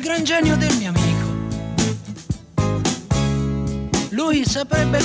gran genio del mio amico. Lui saprebbe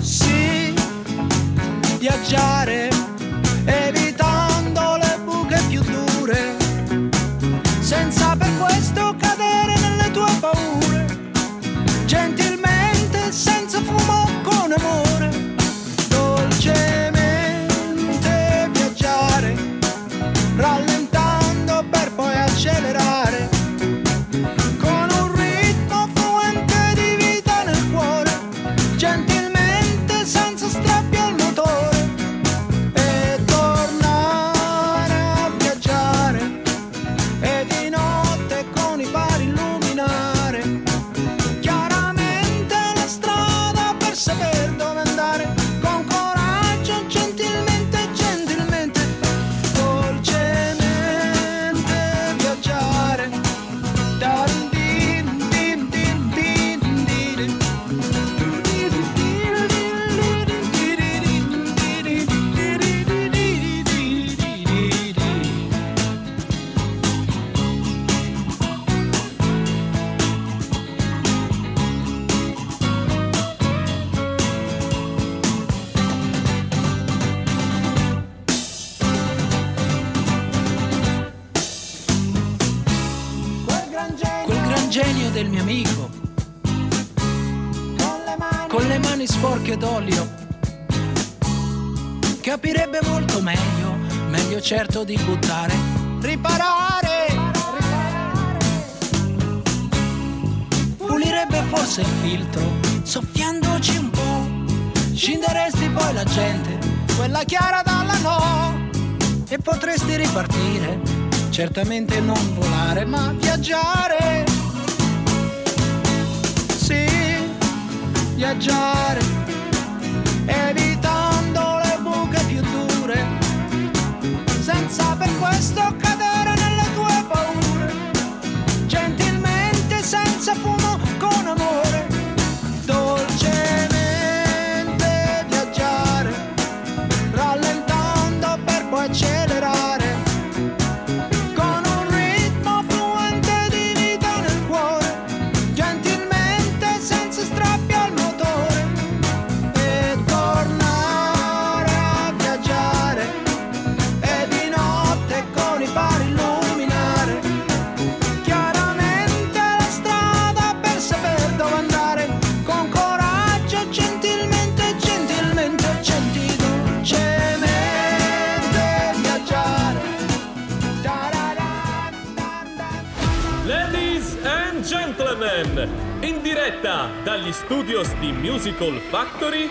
Sì, viaggiare, evitando le buche più dure, senza per questo cadere nelle tue paure, gentilmente, senza fumo, con amore, dolcemente viaggiare, rallentando per poi accelerare. del mio amico. Con le, mani, con le mani sporche d'olio. Capirebbe molto meglio, meglio certo di buttare. Riparare! riparare, riparare. Pulirebbe forse il filtro, soffiandoci un po'. Scinderesti poi la gente, quella chiara dalla no. E potresti ripartire, certamente non volare, ma viaggiare. viaggiare, evitando le buche più dure, senza per questo cadere nelle tue paure, gentilmente senza fumo con amore, dolcemente viaggiare, rallentando per poi accelerare. in diretta dagli studios di Musical Factory,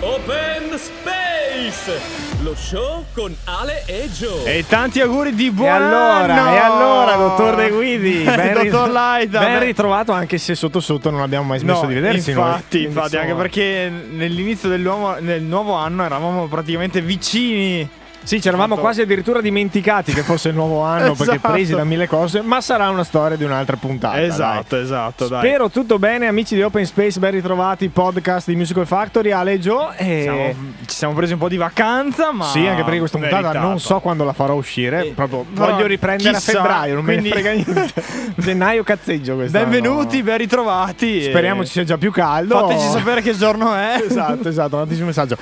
Open Space, lo show con Ale e Joe. E tanti auguri di buon e allora, anno! E allora, dottor De Guidi, ben, dottor Laida, ben ritrovato anche se sotto sotto non abbiamo mai smesso no, di vedersi. Infatti, noi. infatti anche perché nell'inizio del nuovo anno eravamo praticamente vicini sì, ci eravamo quasi addirittura dimenticati che fosse il nuovo anno esatto. perché presi da mille cose, ma sarà una storia di un'altra puntata. Esatto, dai. esatto. Dai. Spero tutto bene, amici di Open Space, ben ritrovati, podcast di Musical Factory, Ale e Joe. E... Siamo, ci siamo presi un po' di vacanza, ma... Sì, anche perché questa puntata meritato. non so quando la farò uscire, Eh, e... proprio Però voglio riprendere chissà, a febbraio, non quindi... me ne frega niente. Gennaio cazzeggio questa. Benvenuti, ben ritrovati. Speriamo e... ci sia già più caldo. Fateci sapere che giorno è. esatto, esatto, mandateci un messaggio.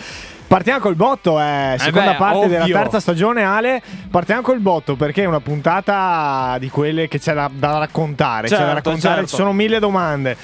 Partiamo col botto, eh. seconda eh beh, parte ovvio. della terza stagione, Ale. Partiamo col botto perché è una puntata di quelle che c'è da, da raccontare. Certo, c'è da raccontare, certo. ci sono mille domande.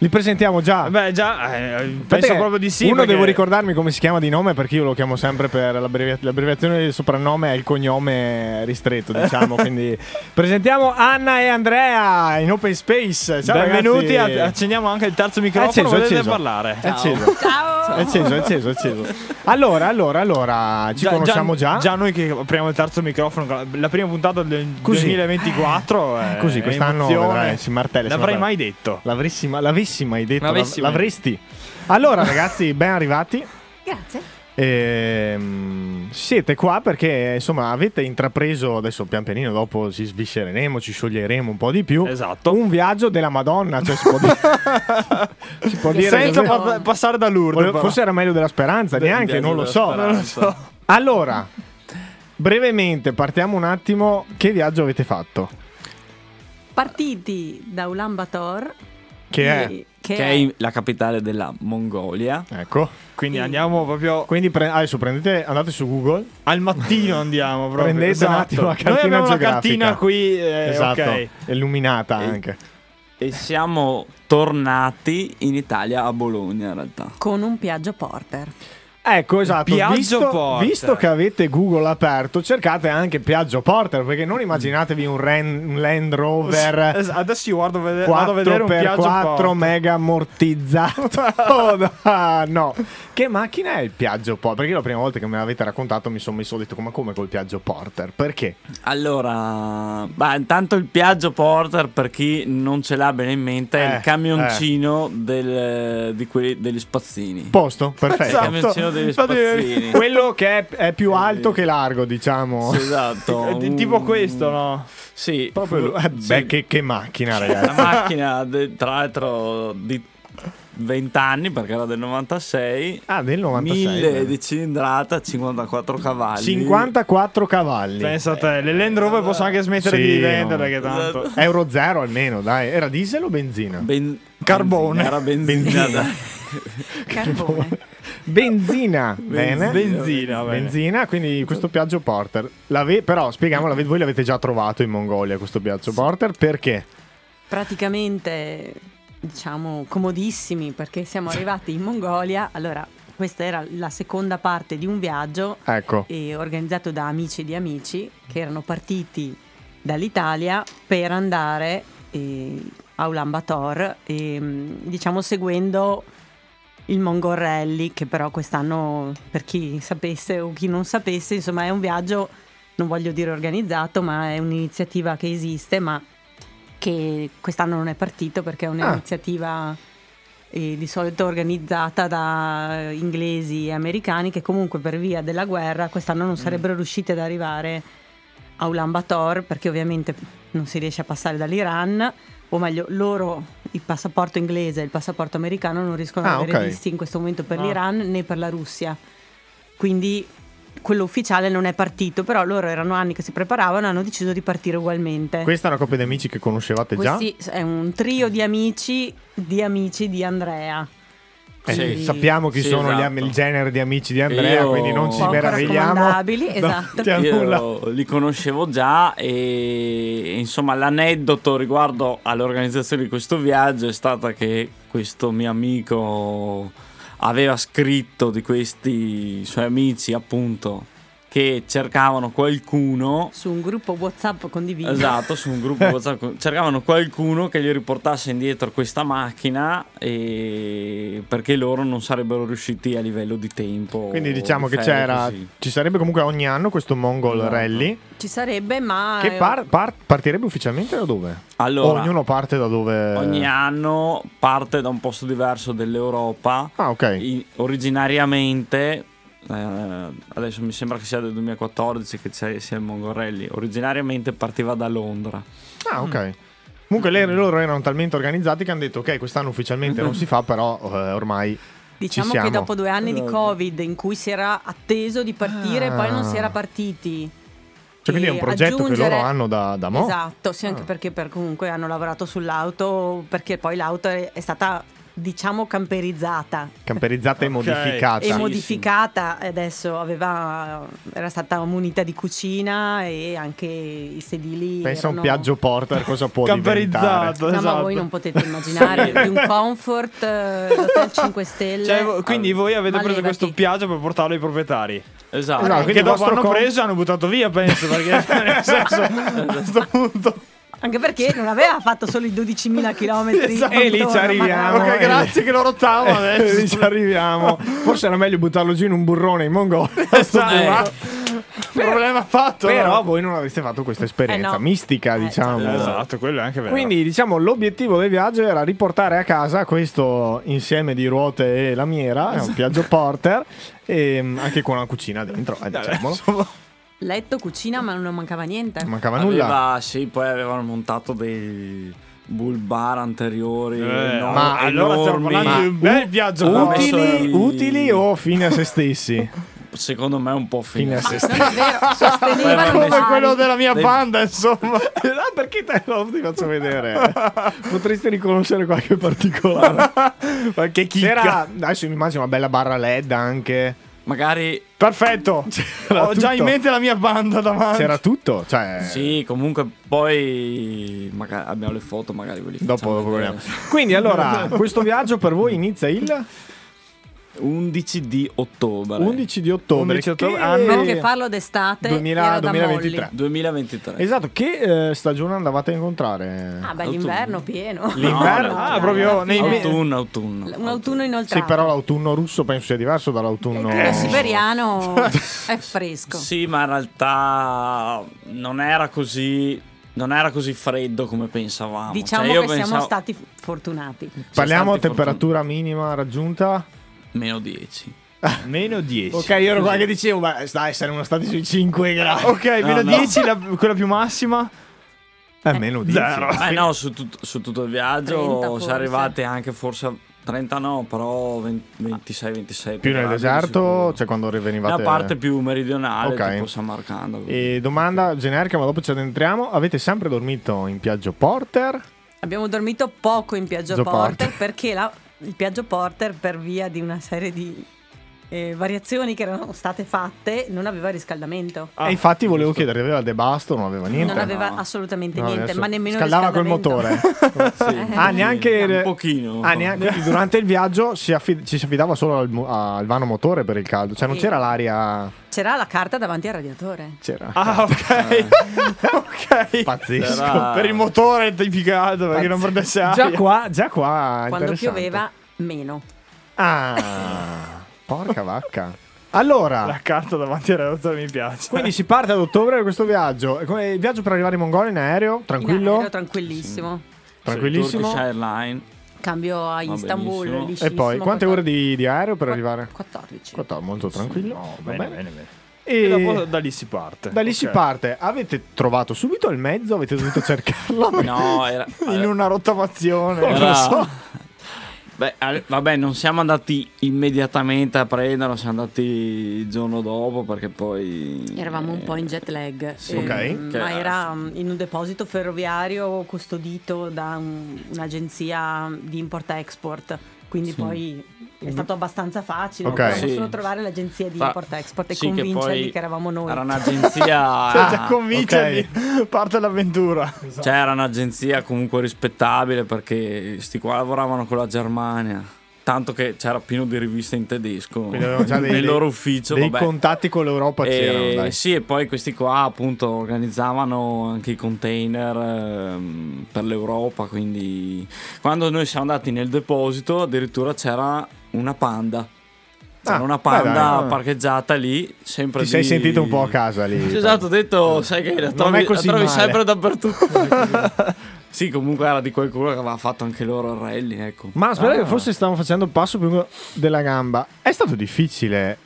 Li presentiamo già? Beh, già, eh, penso proprio di sì. Uno perché... devo ricordarmi come si chiama di nome perché io lo chiamo sempre per l'abbreviazione, l'abbreviazione del soprannome è il cognome ristretto, diciamo. quindi presentiamo Anna e Andrea in Open Space. Ciao, Benvenuti, ragazzi. accendiamo anche il terzo microfono. È acceso, volete acceso. parlare? Ciao. È Eh, acceso. Ciao. È acceso, è acceso, è acceso. Allora, allora, allora, ci già, conosciamo già, già. noi che apriamo il terzo microfono, la prima puntata del così. 2024. Eh, Così, quest'anno vedrai, si martella. L'avrei mai detto. L'avresti mai detto. L'avessimo, hai detto. L'avessimo. L'avresti. Allora, ragazzi, ben arrivati. Grazie. Ehm, siete qua perché insomma avete intrapreso adesso pian pianino dopo ci sviscereremo ci scioglieremo un po' di più esatto un viaggio della madonna cioè, si può dire, si può dire senza pa- passare da Lourdes Volevo, forse era meglio della speranza De- neanche non lo, so, non lo so allora brevemente partiamo un attimo che viaggio avete fatto partiti da Ulaanbaatar che e- è che, che è la capitale della Mongolia. ecco Quindi Sì. andiamo proprio. quindi pre- adesso prendete andate su google Al mattino andiamo proprio. Prendete Esatto. un attimo la Noi cartina abbiamo la geografica. cartina qui. eh, esatto ok. illuminata E- anche E siamo tornati in Italia a Bologna in realtà. con un Piaggio Porter. Ecco, esatto. Piaggio Visto, Porter. visto che avete Google aperto, cercate anche Piaggio Porter, perché non immaginatevi un, Ren- un Land Rover Es- Adesso io guardo vede- vado a vedere un piaggio 4x4 porto. mega ammortizzato. Oh, no, no. Che macchina è il Piaggio Porter? Perché la prima volta che me l'avete raccontato mi sono messo ho detto come come col Piaggio Porter? Perché? Allora, bah, intanto il Piaggio Porter, per chi non ce l'ha bene in mente, è Eh, il eh. camioncino del- di quelli- degli spazzini. Posto? Perfetto. Il camioncino degli Esatto. Infatti- spazzini. Quello che è, è più alto che largo, diciamo. Sì, esatto. È di- tipo Un- questo, no? Sì. Proprio lui. Eh, Sì. Beh, che, che macchina, La ragazzi. macchina, de- tra l'altro, di 20 anni, perché era del 96. Ah, del 96. 1000 di cilindrata, 54 cavalli. 54 cavalli. Pensa a te, le Land Rover posso anche smettere Sì, di no. venderle che Esatto. tanto. Euro zero almeno, dai. Era diesel o benzina? Ben- Carbone. benzina, Era benzina. Benzina. dai. Carbone. Benzina. Bene. benzina, bene. Benzina, quindi questo piaggio porter. L'ave- però spieghiamo, l'ave- voi l'avete già trovato in Mongolia questo piaggio porter perché? Praticamente, diciamo, comodissimi perché siamo arrivati in Mongolia. Allora, questa era la seconda parte di un viaggio Ecco. e organizzato da amici di amici che erano partiti dall'Italia per andare eh, a Ulaanbaatar, e, mh, diciamo seguendo il Mongol Rally, che però quest'anno, per chi sapesse o chi non sapesse, insomma è un viaggio, non voglio dire organizzato, ma è un'iniziativa che esiste, ma che quest'anno non è partito perché è un'iniziativa eh, di solito organizzata da inglesi e americani che comunque per via della guerra quest'anno Mm. non sarebbero riusciti ad arrivare a Ulaanbaatar perché ovviamente non si riesce a passare dall'Iran o meglio loro il passaporto inglese e il passaporto americano non riescono Ah, ad avere ok. Ah. visti in questo momento per l'Iran né per la Russia quindi quello ufficiale non è partito però loro erano anni che si preparavano e hanno deciso di partire ugualmente Questa è una coppia di amici che conoscevate già? questi è un trio di amici di amici di Andrea. Eh, Quindi- Sappiamo chi Sì, sono gli esatto. am- il genere di amici di Andrea, Io- quindi non ci Poco meravigliamo. raccomandabili, No, esatto. c'è nulla. Io li conoscevo già e insomma l'aneddoto riguardo all'organizzazione di questo viaggio è stata che questo mio amico aveva scritto di questi suoi amici appunto che cercavano qualcuno Su un gruppo WhatsApp condiviso. Esatto, su un gruppo WhatsApp cercavano qualcuno che gli riportasse indietro questa macchina e- perché loro non sarebbero riusciti a livello di tempo. Quindi diciamo di che ferie, c'era, così. ci sarebbe comunque ogni anno questo Mongol Esatto. Rally Ci sarebbe, ma eh, che par- par- partirebbe ufficialmente da dove? Allora, Ognuno parte da dove? ogni anno parte da un posto diverso dell'Europa. Ah, ok. I- originariamente, eh, adesso mi sembra che sia del 2014 che c'è- sia il Mongorelli, originariamente partiva da Londra. Ah, ok. Comunque le- loro erano talmente organizzati che hanno detto ok, quest'anno ufficialmente non si fa, però eh, ormai diciamo ci siamo. che dopo due anni di Esatto. Covid in cui si era atteso di partire e poi non si era Ah. partiti. Cioè, quindi è un E progetto che loro aggiungere- hanno da, da mo'. Esatto, sì, anche Ah. perché per- comunque hanno lavorato sull'auto, perché poi l'auto è, è stata diciamo camperizzata. Camperizzata e Ok. modificata. e Sì, modificata e adesso aveva, era stata munita di cucina e anche i sedili Pensa a un erano- Piaggio Porter cosa può diventare. Camperizzato, No, esatto. ma voi non potete immaginare di un comfort eh, l'hotel 5 stelle Ah, Cioè, vo- quindi voi avete Ma preso levati. questo piaggio per portarlo ai proprietari. Esatto. Allora, quindi che il dopo vostro hanno com- preso e hanno buttato via, penso, perché nel senso, a Esatto. questo punto. anche perché non aveva fatto solo i 12.000 km Esatto. E lì ci arriviamo. ok, eh. grazie che lo rottavo adesso. ci arriviamo. Forse era meglio buttarlo giù in un burrone in Mongolia. Esatto. problema fatto. Però voi non avreste fatto questa esperienza Eh, no. mistica, Eh, diciamo. Esatto, quello è anche vero. Quindi, diciamo, l'obiettivo del viaggio era riportare a casa questo insieme di ruote e lamiera, è un viaggio porter, e mm, anche con una cucina dentro, eh, diciamolo. Letto, cucina, ma non mancava niente. Non mancava nulla. Aveva, sì, poi avevano montato dei bull bar anteriori. Eh, no, ma allora stiamo enormi. parlando di un bel viaggio Ma- porter. Utili, Adesso- utili o fine a se stessi? Secondo me un po' fine. Fine a Non se è stessi. vero, sostenevano Come i mali. della mia Dei- banda, insomma. Ah, perché te lo ti faccio vedere? Potresti riconoscere qualche particolare. Qualche C'era, chicca. adesso mi immagino una bella barra LED anche. Eh. Magari Perfetto. Ho già in mente la mia banda davanti. C'era tutto, cioè Sì, comunque poi magari abbiamo le foto, magari ve li Dopo, facciamo dopo vedere. proviamo. Quindi allora, questo viaggio per Mm. voi inizia il 11 di ottobre 11 di ottobre. 11 ottobre, che- anno- Perché farlo d'estate 2000 era da 2023. molli. 2023. Esatto, che eh, stagione andavate a incontrare? Ah, beh, Autunno. l'inverno pieno. L'inverno? no, ah, proprio nei mesi. Autunno, autunno. Un autunno Sì, inoltrato. però l'autunno russo penso sia diverso dall'autunno Quello siberiano è fresco. Eh, Sì, ma in realtà non era così non era così freddo come pensavamo. Diciamo Cioè, io che siamo pensavo- stati fortunati. siamo Parliamo stati temperatura minima raggiunta? fortun- meno 10. Meno 10. Ok, io ero qua che dicevo, ma stai, saremmo stati sui 5 gradi. Ok, meno no. 10, la- quella più massima. Eh, meno 10. Zero. Beh, no, su, tut- su tutto 30 il viaggio forse. siamo arrivati anche forse a 30 no, però 26 26 Più nel gradi di deserto, sicuro. cioè quando la rivenivate... parte più meridionale, Ok. tipo San Marcando. E domanda generica, ma dopo ci addentriamo. Avete sempre dormito in Piaggio Porter? Abbiamo dormito poco in Piaggio Gio Porter Porter. perché la- il Piaggio Porter, per via di una serie di eh, variazioni che erano state fatte, non aveva riscaldamento. Ah, e infatti volevo chiedervi, aveva il debasto? Non aveva niente? non aveva assolutamente niente, ma nemmeno Scaldava col motore. riscaldamento. ah, neanche... un pochino. Ah, neanche durante il viaggio si affi- ci si affidava solo al, mu- al vano motore per il caldo, cioè non Sì. c'era l'aria. C'era la carta davanti al radiatore. C'era. Ah, ok. ok. Pazzesco. Era- Per il motore tipicato, perché non Pazz- perdesse aria. Già qua, già qua. è Quando Ah, interessante. pioveva, meno. Ah, porca vacca. Allora, La carta davanti al redattore mi piace. quindi si parte ad ottobre per questo viaggio. E come- Il viaggio per arrivare in Mongolia in aereo, In tranquillo, aereo, tranquillissimo. tranquillissimo. Turkish Airlines. Cambio a benissimo. Istanbul. E poi, quante ore di, di aereo per arrivare? 14. Quattro- molto tranquillo. va bene. E, E, dopo da lì si parte. da lì si Ok. parte. Avete trovato subito il mezzo? Avete dovuto cercarlo? No, era... in una rottamazione. era- Non lo so. Beh, al- vabbè, non siamo andati immediatamente a prenderlo, siamo andati il giorno dopo perché poi... Eravamo un po' in jet lag, Sì. ehm, Ok. ma era mm, in un deposito ferroviario custodito da un- un'agenzia di import-export, quindi poi è stato abbastanza facile, Ok. Potevamo Sì. solo trovare l'agenzia di eh, Fa- import-export e sì, che convincerli poi che, eravamo noi. Era un'agenzia... Ah, Cioè, già convincerli, parte l'avventura. Cioè, era un'agenzia comunque rispettabile perché sti qua lavoravano con la Germania. Tanto che c'era pieno di riviste in tedesco Quindi avevano già dei- nel dei- loro ufficio. dei vabbè. contatti con l'Europa c'erano, E- dai. Sì, e poi questi qua appunto organizzavano anche i container ehm, per l'Europa. Quindi quando noi siamo andati nel deposito, addirittura c'era una panda. C'era Ah, una beh, dai, panda eh. parcheggiata lì. Sempre Ti sei di- sentito un po' a casa lì. sì, esatto, ho detto, sai che la Non trovi, è così la trovi male. sempre dappertutto. sì, comunque era di qualcuno che aveva fatto anche loro il rally, ecco. Ma Ah, aspetta, che forse stavamo facendo il passo più della gamba. È stato difficile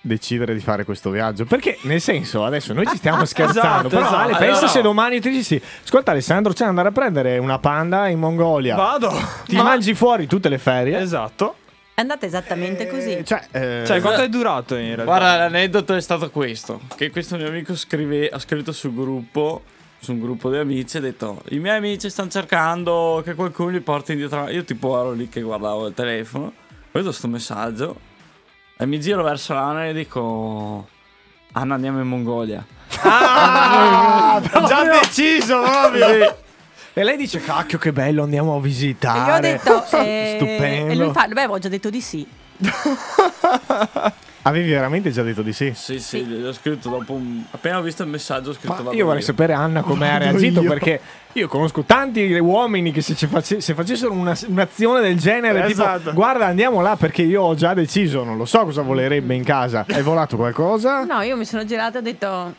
decidere di fare questo viaggio perché nel senso adesso noi ci stiamo Esatto, scherzando però esatto. Ale Allora- pensa se domani ti dici ascolta Alessandro c'è da andare a prendere una panda in Mongolia Vado. ti mangi fuori tutte le ferie Esatto. È andata esattamente così. Eh, cioè, eh, Cioè, quanto è durato in realtà? Guarda, l'aneddoto è stato questo, che questo mio amico scrive, ha scritto sul gruppo, su un gruppo di amici, ha detto, i miei amici stanno cercando che qualcuno li porti indietro. Io tipo ero lì che guardavo il telefono, vedo sto messaggio e mi giro verso Anna e dico, Anna andiamo in Mongolia. Ah, già deciso, proprio. e lei dice cacchio che bello andiamo E io a ho visitare detto, eh, cioè, stupendo e lui fa, beh, avevo già detto di sì. Avevi veramente già detto di sì? Sì, sì, l'ho scritto dopo un... Appena ho visto il messaggio ho scritto Ma "Vado io vorrei io". sapere Anna come ha Vado reagito io. perché io conosco tanti uomini che se, ci face- se facessero una- un'azione del genere tipo Esatto. guarda andiamo là perché io ho già deciso, non lo so cosa volerebbe in casa. Hai volato qualcosa? No, io mi sono girata e ho detto,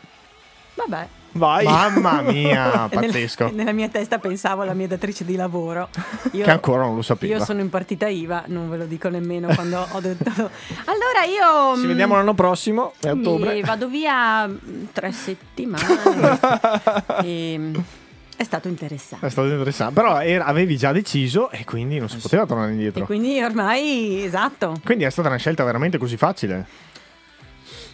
vabbè. Vai. Mamma mia, E nella- pazzesco. Nella mia testa pensavo alla mia datrice di lavoro. Io, Che ancora non lo sapeva. Io sono in partita IVA, non ve lo dico nemmeno quando ho detto. Allora io. Ci mm, vediamo l'anno prossimo, è mi ottobre. vado via mm, tre settimane. E, mm, è stato interessante. È stato interessante, però era- avevi già deciso e quindi non si poteva Eh tornare E indietro. quindi ormai, esatto. Quindi è stata una scelta veramente così facile.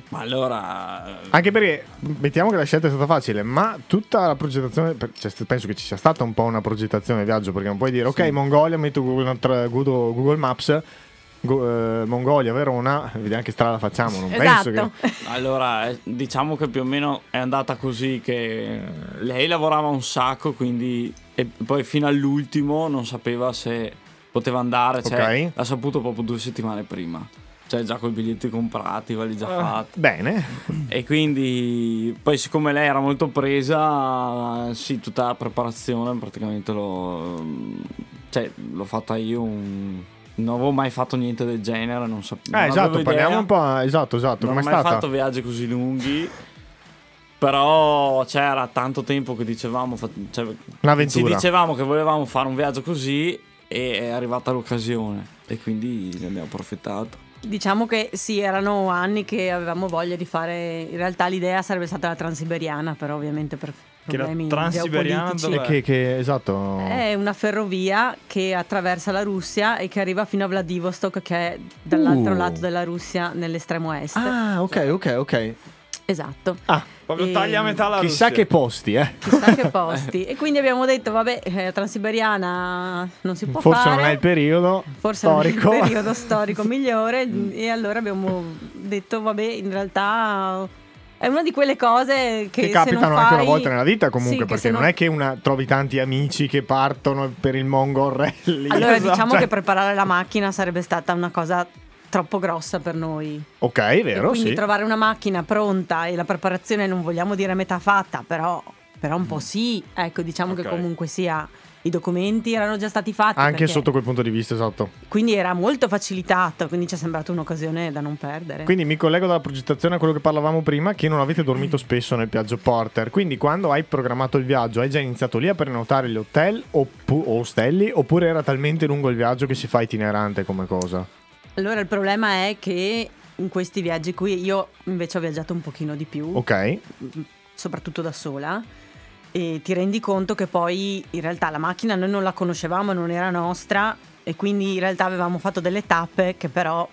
Ma allora... Anche perché mettiamo che la scelta è stata facile, ma tutta la progettazione, per- cioè, st- penso che ci sia stata un po' una progettazione del viaggio, perché non puoi dire ok Mongolia, metto Google, tra- Google- Google Maps, Go- eh, Mongolia, Verona, vediamo che strada facciamo, non esatto. penso che... Allora, eh, diciamo che più o meno è andata così che eh, lei lavorava un sacco, quindi e poi fino all'ultimo non sapeva se poteva andare, cioè Ok. l'ha saputo proprio due settimane prima. Cioè già con i biglietti comprati, valigia Ah. già fatta. Bene, Eh, E quindi poi siccome lei era molto presa, sì, tutta la preparazione praticamente l'ho, cioè, l'ho fatta io un- Non avevo mai fatto niente del genere, non sapevo. eh, esatto, parliamo un po', esatto, esatto, Non ho come è mai stata? fatto viaggi così lunghi. Però c'era tanto tempo che dicevamo, fa- cioè, ci Un'avventura. dicevamo che volevamo fare un viaggio così e è arrivata l'occasione e quindi ne abbiamo approfittato. Diciamo che sì, erano anni che avevamo voglia di fare. In realtà l'idea sarebbe stata la transiberiana, però ovviamente per Che la problemi Transiberiana geopolitici. dov'è? E che, che- esatto, È una ferrovia che attraversa la Russia e che arriva fino a Vladivostok, che è dall'altro Uh. lato della Russia, nell'estremo est. ah, ok, ok, ok. Esatto. Proprio E- taglia a metà la Chissà Russia. che posti, eh. Chissà che posti. E quindi abbiamo detto, vabbè, eh, transiberiana non si può Forse fare. non è il periodo Forse non è il storico. Mm. periodo storico migliore e allora abbiamo detto, vabbè, in realtà è una di quelle cose che, che se capitano non anche una fai- volta nella vita Sì, comunque che perché se non è che una- trovi tanti amici che partono per il Mongol Rally Allora Esatto, diciamo cioè- che preparare la macchina sarebbe stata una cosa troppo grossa per noi. ok è E vero quindi sì trovare una macchina pronta e la preparazione non vogliamo dire a metà fatta, però, però Mm. un po' sì. Ecco, diciamo che Ok. comunque sia i documenti erano già stati fatti. anche perché- sotto quel punto di vista esatto Quindi era molto facilitato, quindi ci è sembrata un'occasione da non perdere. quindi mi collego dalla progettazione a quello che parlavamo prima che non avete dormito spesso nel viaggio porter quindi quando hai programmato il viaggio hai già iniziato lì a prenotare gli hotel oppu- o ostelli oppure era talmente lungo il viaggio che si fa itinerante come cosa Allora il problema è che in questi viaggi qui io invece ho viaggiato un pochino di più. ok soprattutto da sola. E ti rendi conto che poi in realtà la macchina noi non la conoscevamo, non era nostra e quindi in realtà avevamo fatto delle tappe che però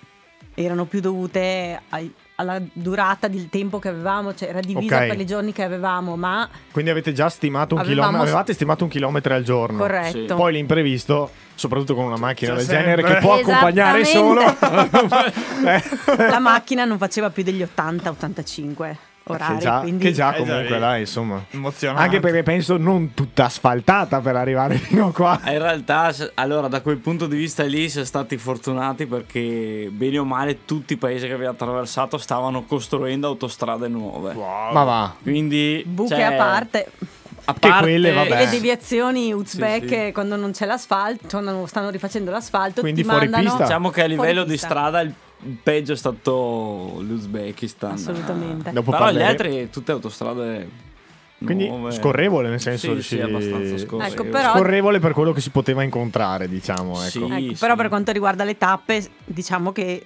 erano più dovute ai- alla durata del tempo che avevamo, cioè era divisa Ok. per i giorni che avevamo, ma quindi avete già stimato un Avevamo- chilometro avevate stimato un chilometro al giorno corretto. Poi l'imprevisto, soprattutto con una macchina C'è del sempre. genere che può accompagnare solo. Eh, La macchina non faceva più degli 80-85 orari, che, già, quindi che già Eh, già, comunque vedi. là, insomma. Emozionante. Anche perché penso non tutta asfaltata per arrivare fino qua. Eh, In realtà, se- allora, da quel punto di vista lì siamo stati fortunati perché bene o male tutti i paesi che abbiamo attraversato stavano costruendo autostrade nuove. Wow. Ma va. Quindi buche cioè, a parte. a Che parte- quelle, vabbè. Le deviazioni uzbeke Sì, sì. quando non c'è l'asfalto, quando stanno rifacendo l'asfalto, Quindi ti fuori mandano pista. Diciamo che a livello Fuori di pista. strada il il peggio è stato l'Uzbekistan. Assolutamente. Dopo Però gli parleremo. altri, tutte autostrade. Quindi nuove. scorrevole, nel senso Sì, sì, ci- abbastanza scorrevole. Ecco, però- Scorrevole per quello che si poteva incontrare, diciamo. Ecco. Sì. Ecco, però sì. per quanto riguarda le tappe, diciamo che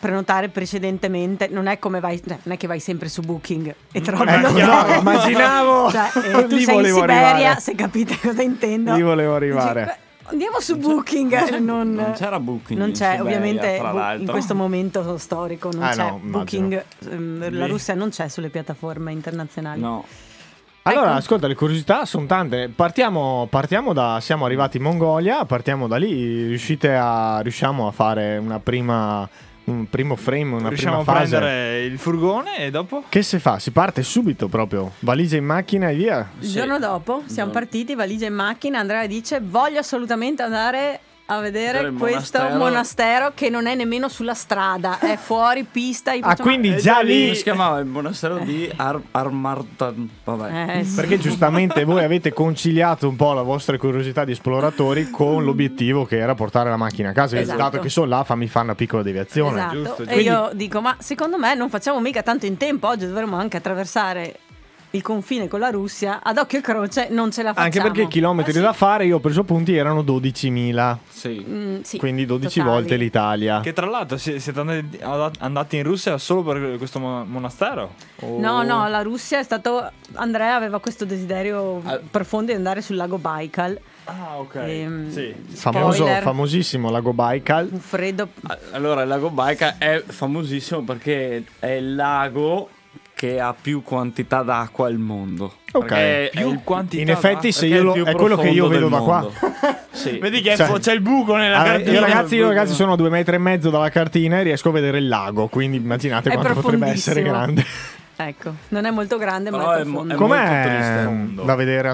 prenotare precedentemente non è come vai, cioè, non è che vai sempre su Booking e trovi Ecco, l'hotel. no, immaginavo. Cioè, eh, tu Lì sei in volevo Siberia, arrivare. se capite cosa intendo. Lì volevo arrivare. Dici, "Beh, Andiamo su Booking, non, non c'era Booking non in c'è, Siberia, ovviamente tra bu- in l'altro. questo momento storico non Ah, c'è no, immagino. Booking, ehm, la Lì. Russia non c'è sulle piattaforme internazionali. No, Allora, Ecco. ascolta, le curiosità sono tante. Partiamo, partiamo da. Siamo arrivati in Mongolia, partiamo da lì. Riuscite a. Riusciamo a fare una prima. Un primo frame, una Riusciamo a prima fase. prendere il furgone e dopo? Che si fa? Si parte subito proprio. Valigia in macchina e via. Il Sì. giorno dopo siamo Giorno- partiti, valigia in macchina, Andrea dice voglio assolutamente andare a vedere Vedere il questo monastero. monastero. che non è nemmeno sulla strada, è fuori pista. io Ah, faccio, ma- quindi Eh, già Come lì. si chiamava il monastero di Ar- Armartan? Vabbè. Eh, sì. Perché giustamente voi avete conciliato un po' la vostra curiosità di esploratori con l'obiettivo che era portare la macchina a casa. Quindi, Mm-hmm. Esatto. Dato che sono là, fammi fare una piccola deviazione. Esatto. giusto, E giusto. io dico, ma secondo me non facciamo mica tanto in tempo, oggi dovremmo anche attraversare il confine con la Russia, ad occhio e croce non ce la facciamo. Anche perché i chilometri da fare, io ho preso punti, erano 12.000, Sì. Mm, sì, quindi 12 totali. volte l'Italia. Che tra l'altro si- siete andati, andati in Russia solo per questo mo- monastero? O- Oh. No, no, la Russia è stato... Andrea aveva questo desiderio Ah. profondo di andare sul lago Baikal. Ah, ok. Ehm, sì. Famoso, spoiler, famosissimo lago Baikal. un freddo A- Allora, il lago Baika è famosissimo perché è il lago che ha più quantità d'acqua al mondo. Ok. Perché è Più il- quantità in effetti perché se io il lo- più è quello che io vedo profondo da del qua. mondo. Sì. Vedi che è Cioè- fo- c'è il buco nella Allora, cartina. io Eh, ragazzi, io ragazzi sono sono a due metri e mezzo dalla cartina e riesco a vedere il lago, quindi immaginate È quanto potrebbe essere profondissimo. grande. Ecco, non è molto grande, Però ma è è mo- profondo. è molto triste il Com'è mondo. da vedere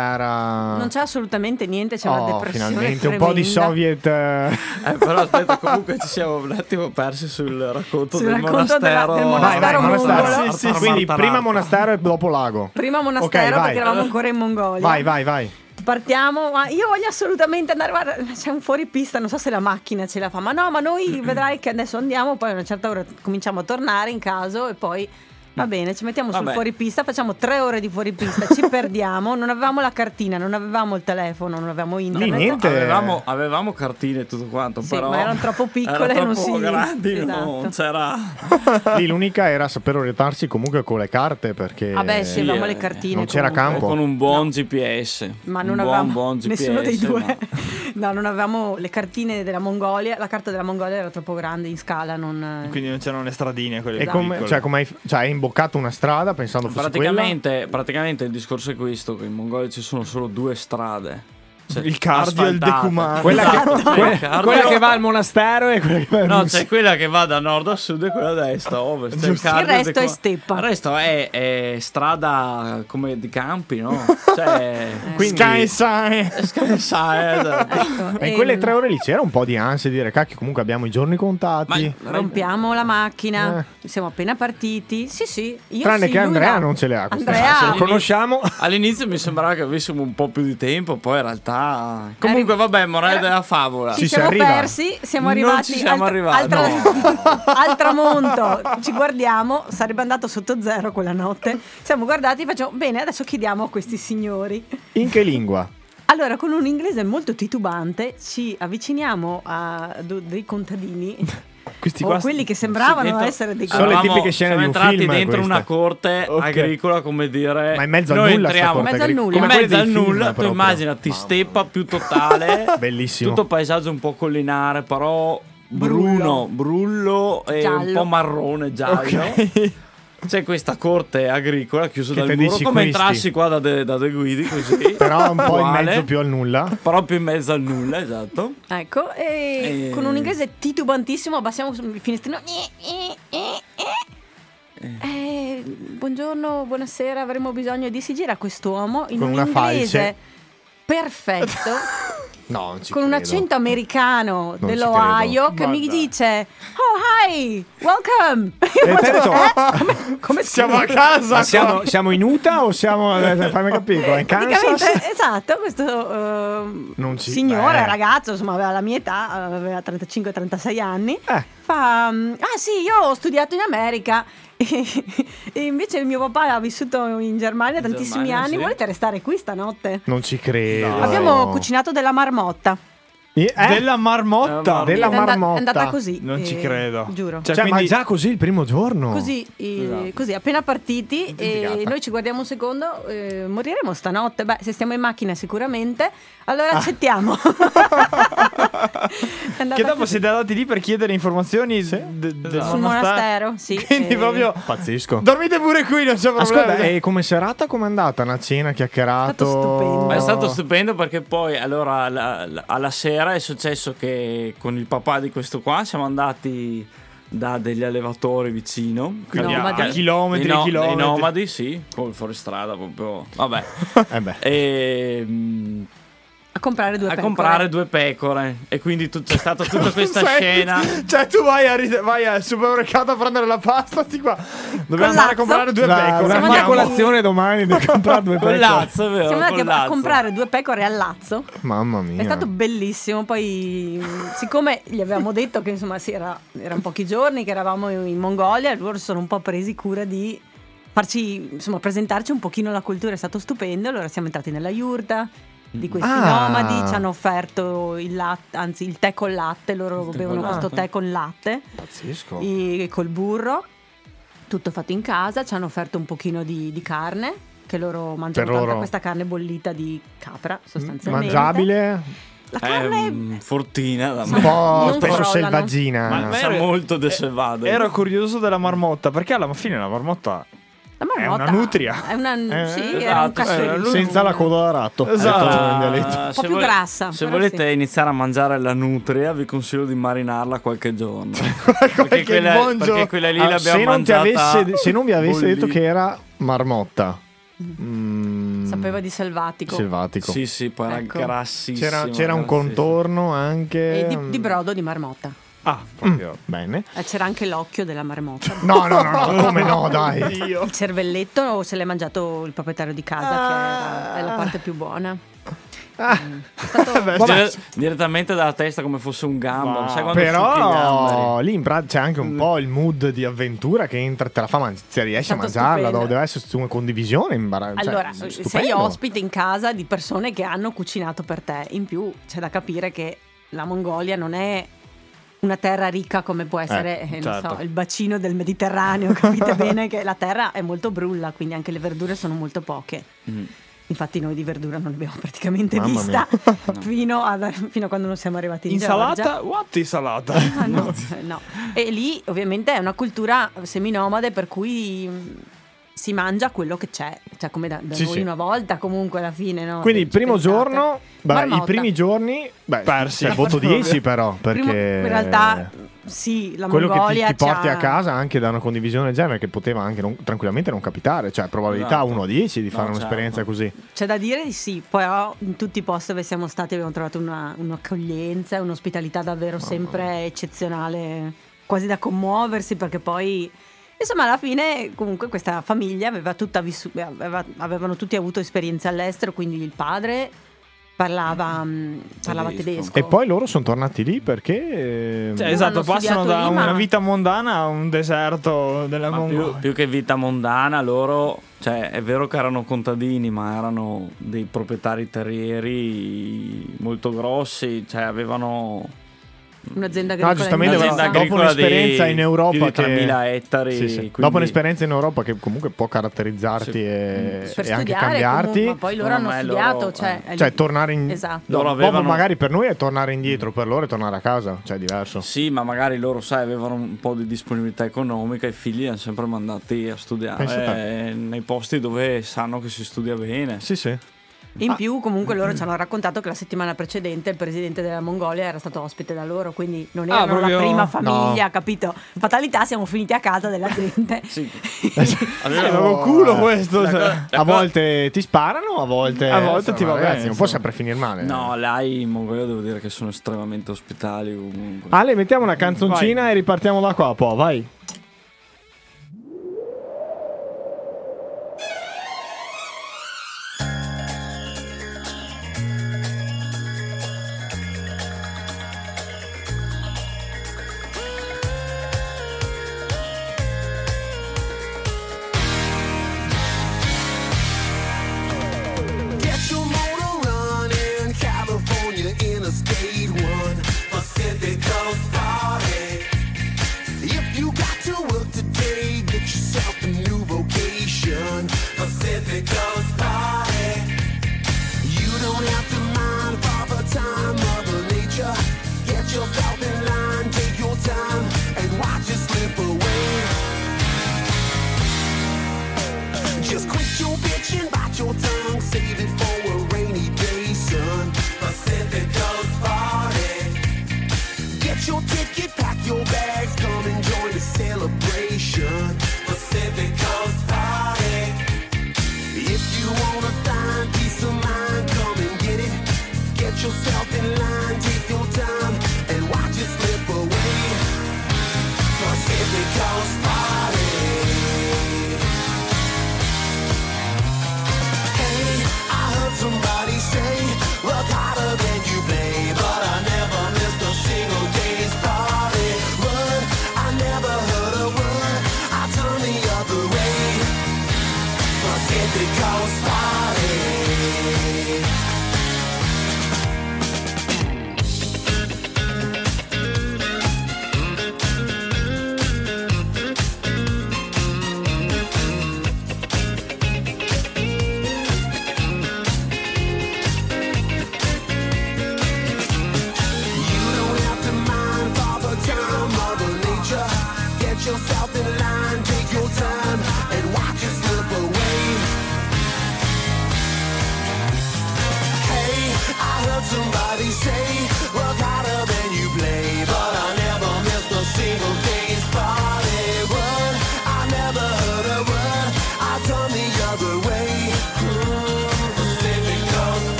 atmosfera? Non c'è assolutamente niente, c'è una Oh, depressione finalmente tremenda. un po' di soviet. eh. Eh, però aspetta, comunque ci siamo un attimo persi sul racconto Sul del racconto della- monastero. del Vai, vai, monastero monastero. mongolo. Sì, sì, sì. Quindi prima monastero e dopo lago. Prima monastero Ok, vai. perché eravamo ancora in Mongolia. Vai, vai, vai. Partiamo, ma io voglio assolutamente andare, guarda, c'è un fuoripista, non so se la macchina ce la fa, ma no, ma noi vedrai che adesso andiamo, poi a una certa ora cominciamo a tornare in caso e poi Mm. va bene, ci mettiamo sul Vabbè. fuoripista, facciamo tre ore di fuoripista, ci perdiamo, non avevamo la cartina, non avevamo il telefono, non avevamo internet. Lì niente. Avevamo, avevamo cartine e tutto quanto, Sì, però ma erano troppo piccole e erano non troppo si- grandi, esatto. non c'era. Lì l'unica era saper orientarsi comunque con le carte perché Vabbè, Ah, sì, avevamo eh, le cartine. non c'era comunque. campo. Con un buon GPS. Ma Un non buon, avevamo buon GPS, nessuno dei due. ma- No. non avevamo le cartine della Mongolia. La carta della Mongolia era troppo grande in scala. Non... Quindi non c'erano le stradine quelle E come, piccole. cioè, come hai, cioè, hai imboccato una strada pensando fosse quella? Praticamente, praticamente il discorso è questo: che in Mongolia ci sono solo due strade. Cioè, Il cardio e il asfaltate. decumano. Quella che- Esatto, quella- il cardio- quella che va al monastero e quella che va al No, Russia. c'è quella che va da nord a sud e quella da est a ovest. C'è Il cardio e resto è decumano. steppa. Il resto è, è strada come di campi, no? Cioè, Eh, Eh, Quindi- Sky Sign. scansare, esatto. Ecco, E in ehm, quelle tre ore lì c'era un po' di ansia di dire cacchio comunque abbiamo i giorni Ma- contati. Rompiamo la macchina. Siamo appena partiti. Sì, sì. Io Eh. Tranne sì, che lui Andrea no. non ce le ha queste Andrea- cose. Lo conosciamo. All'inizio mi sembrava che avessimo un po' più di tempo, poi in realtà. Comunque, vabbè, morale della favola. Ci Ci si siamo arriva. persi, siamo Non arrivati, ci siamo al, arrivati, al tra- al tramonto, ci guardiamo, sarebbe andato sotto zero quella notte, siamo guardati e facciamo bene, adesso chiediamo a questi signori. In che lingua? Allora, con un inglese molto titubante ci avviciniamo a do- dei contadini Questi Oh, o qua quelli che sembravano Sì, dentro- essere dei Sono le contadini. Eravamo- tipiche scene siamo di un entrati film, dentro questa. una corte Ok. agricola, come dire. Ma in mezzo al noi nulla sta entriamo corte In Eh, mezzo al agricola. nulla. in Come quelle mezzo al dei film, nulla, tu proprio. immaginati steppa più totale, Bellissimo. tutto paesaggio un po' collinare, però bruno, brullo e un Giallo. po' marrone giallo. C'è questa corte agricola chiusa Che dal te muro, dici come questi? entrassi qua da, de- da dei guidi così. Però un po' in uguale, mezzo più al nulla. Però più in mezzo al nulla, esatto. Ecco, e Eh. con un inglese titubantissimo abbassiamo il finestrino. Eh, eh, eh, eh. Eh, buongiorno, buonasera, avremo bisogno di... Si gira quest'uomo in Con un una inglese falce. perfetto, No, non ci con un credo. accento americano ci dell'Ohio che mi dice Oh hi, welcome! "Eh, E te hai detto, come, come Siamo a scrivo? casa. Ma siamo, siamo in Utah o siamo. eh, Fammi capire, in Kansas? Praticamente, esatto, questo ehm, Non ci- signore, beh. ragazzo, insomma, aveva la mia età, aveva 35-36 anni, Eh. fa, mm, ah sì, io ho studiato in America e, e invece mio papà ha vissuto in Germania tantissimi Germania, anni, sì. volete restare qui stanotte? Non ci credo. No. Abbiamo cucinato della marmotta. Eh? Della Eh, marmotta. Della È andata- marmotta. È andata così. Non ci eh, credo. Giuro. Cioè, Cioè, quindi- ma già così il primo giorno. Così, eh, così, appena partiti e noi ci guardiamo un secondo, eh, moriremo stanotte. Beh, se stiamo in macchina sicuramente, allora accettiamo. È andata Che dopo così. siete andati lì per chiedere informazioni de- del Sul monastero, sì, Quindi eh. proprio Pazzesco. dormite pure qui, non c'è problema. Ascolta, Ah, e come serata com'è andata? Una cena, È chiacchierato? stato stupendo. Ma è stato stupendo perché poi allora alla, alla sera è successo che con il papà di questo qua siamo andati da degli allevatori vicino. Quindi No, a- ma a dai. chilometri dei no- e chilometri. dei nomadi, sì, col fuoristrada proprio. Vabbè. Eh beh. E, mm, A comprare due a pecore. comprare due pecore. E quindi tu- c'è stata tutta questa Senti, scena. Cioè, tu vai, a ris- vai al supermercato a prendere la pasta, sti qua. Dobbiamo andare a Lazzo? comprare due La, pecore. la Siamo mia andati- colazione domani devo comprare due Col pecore. lazzo, vero? Siamo andati col a lazzo. comprare due pecore al lazzo. Mamma mia. È stato bellissimo, poi siccome gli avevamo detto che insomma si era, erano pochi giorni che eravamo in Mongolia, loro si sono un po' presi cura di farci, insomma, presentarci un pochino la cultura, è stato stupendo, allora siamo entrati nella yurta di questi Ah. nomadi, ci hanno offerto il latte, anzi il tè col latte, loro tè bevono col questo latte. tè con latte Pazzesco. e col burro, tutto fatto in casa, ci hanno offerto un pochino di, di carne, che loro mangiano Per tanta loro. Mm, questa carne bollita di capra sostanzialmente. Mangiabile, La Eh, carne mm, fortina da un Sì. me. po' Non spesso crollano. selvaggina. Ma Ma sa ero- molto de eh, Selvado. Ero curioso della marmotta, perché alla fine la marmotta La È marmotta una nutria. È una, Eh, sì, esatto, era un sì, cassone. senza la coda da ratto. Esatto. Ha detto il dialetto. Ah, Un po' più grassa, Se però volete sì. iniziare a mangiare la nutria, vi consiglio di marinarla qualche giorno. Qualche quella- buon giorno. perché quella lì Ah, l'abbiamo se non ti mangiata avesse- se non vi avesse detto bollita. che era marmotta. Mm, Sapeva di selvatico. selvatico. Sì, sì, poi era Ecco. grassissima. C'era, c'era un grassissima. contorno anche. mm, E di, di brodo di marmotta. Ah, proprio. Bene. Eh, C'era anche l'occhio della marmotta. No, no, no, no, come no, dai. Il cervelletto se l'è mangiato il proprietario di casa, che era- è la parte più buona. Mm. È stato- Dire- direttamente dalla testa come fosse un gambero. Ma- Ah. Sai Cioè, quando succhi i gamberi? Però lì in pratica c'è anche un po' il mood di avventura che entra, te la fa mangiare, se riesci a Tanto mangiarla, stupendo. no? deve essere una condivisione cioè, imbarazzante. Allora, eh, sei ospite in casa di persone che hanno cucinato per te. In più c'è da capire che la Mongolia non è una terra ricca come può essere eh, non certo. so, il bacino del Mediterraneo. Capite bene che la terra è molto brulla, quindi anche le verdure sono molto poche. Mm. Infatti noi di verdura non abbiamo praticamente Mamma vista fino, a, fino a quando non siamo arrivati in Georgia. Insalata? What insalata? Ah, no, no. E lì ovviamente è una cultura seminomade per cui mh, si mangia quello che c'è, cioè come da, da Sì, noi sì. una volta comunque alla fine. No? Quindi il Se ci primo pensate. giorno, beh, i Marmotta. primi giorni, beh, Persi. cioè, voto 10 però, perché Primo- in realtà sì, la quello che ti, Mongolia ti porti c'ha- a casa anche da una condivisione del genere che poteva anche non- tranquillamente non capitare, cioè probabilità Esatto. 1 a 10 di No, fare un'esperienza certo. così. C'è da dire di sì, però in tutti i posti dove siamo stati abbiamo trovato una- un'accoglienza, un'ospitalità davvero sempre eccezionale, quasi da commuoversi perché poi... Insomma, alla fine comunque questa famiglia aveva tutta vissu- aveva- avevano tutti avuto esperienze all'estero, quindi il padre parlava, mm, parlava Tedesco. tedesco. E poi loro sono tornati lì perché Cioè, Io esatto, l'ho passano studiato da lì, ma- una vita mondana a un deserto della Ma più, Mongolia. più che vita mondana, loro, cioè, è vero che erano contadini, ma erano dei proprietari terrieri molto grossi, cioè, avevano Un'azienda No, agricola giustamente immensa. un'azienda dopo agricola un'esperienza di- in Europa più di che- 3.000 ettari, Sì, sì. quindi- Dopo un'esperienza in Europa che comunque può caratterizzarti Sì. e, Per e anche studiare, cambiarti. comunque, ma poi loro Secondo hanno me studiato, loro- cioè... è lì- Cioè, tornare in. Esatto. Loro No, avevano- proprio magari per noi è tornare indietro, per loro è tornare a casa, cioè è diverso. Sì, ma magari loro, sai, avevano un po' di disponibilità economica, i figli li hanno sempre mandati a Pensa te. studiare eh, nei posti dove sanno che si studia bene. Sì, sì. In più, comunque, loro ci hanno raccontato che la settimana precedente il presidente della Mongolia era stato ospite da loro, quindi non Ah, erano proprio- la prima famiglia, capito? Fatalità, siamo finiti a casa della gente. Sì. Eh, Avevano- avevo culo questo. La cioè. cosa- A volte ti sparano, a volte. A volte ti va bene, ragazzi, non può insomma. sempre finire male. No, là in Mongolia devo dire che sono estremamente ospitali comunque. Ah, Ale, mettiamo una canzoncina e ripartiamo da qua, poi vai. Get your motor running, California Interstate 1, Pacific Coast Party. If you got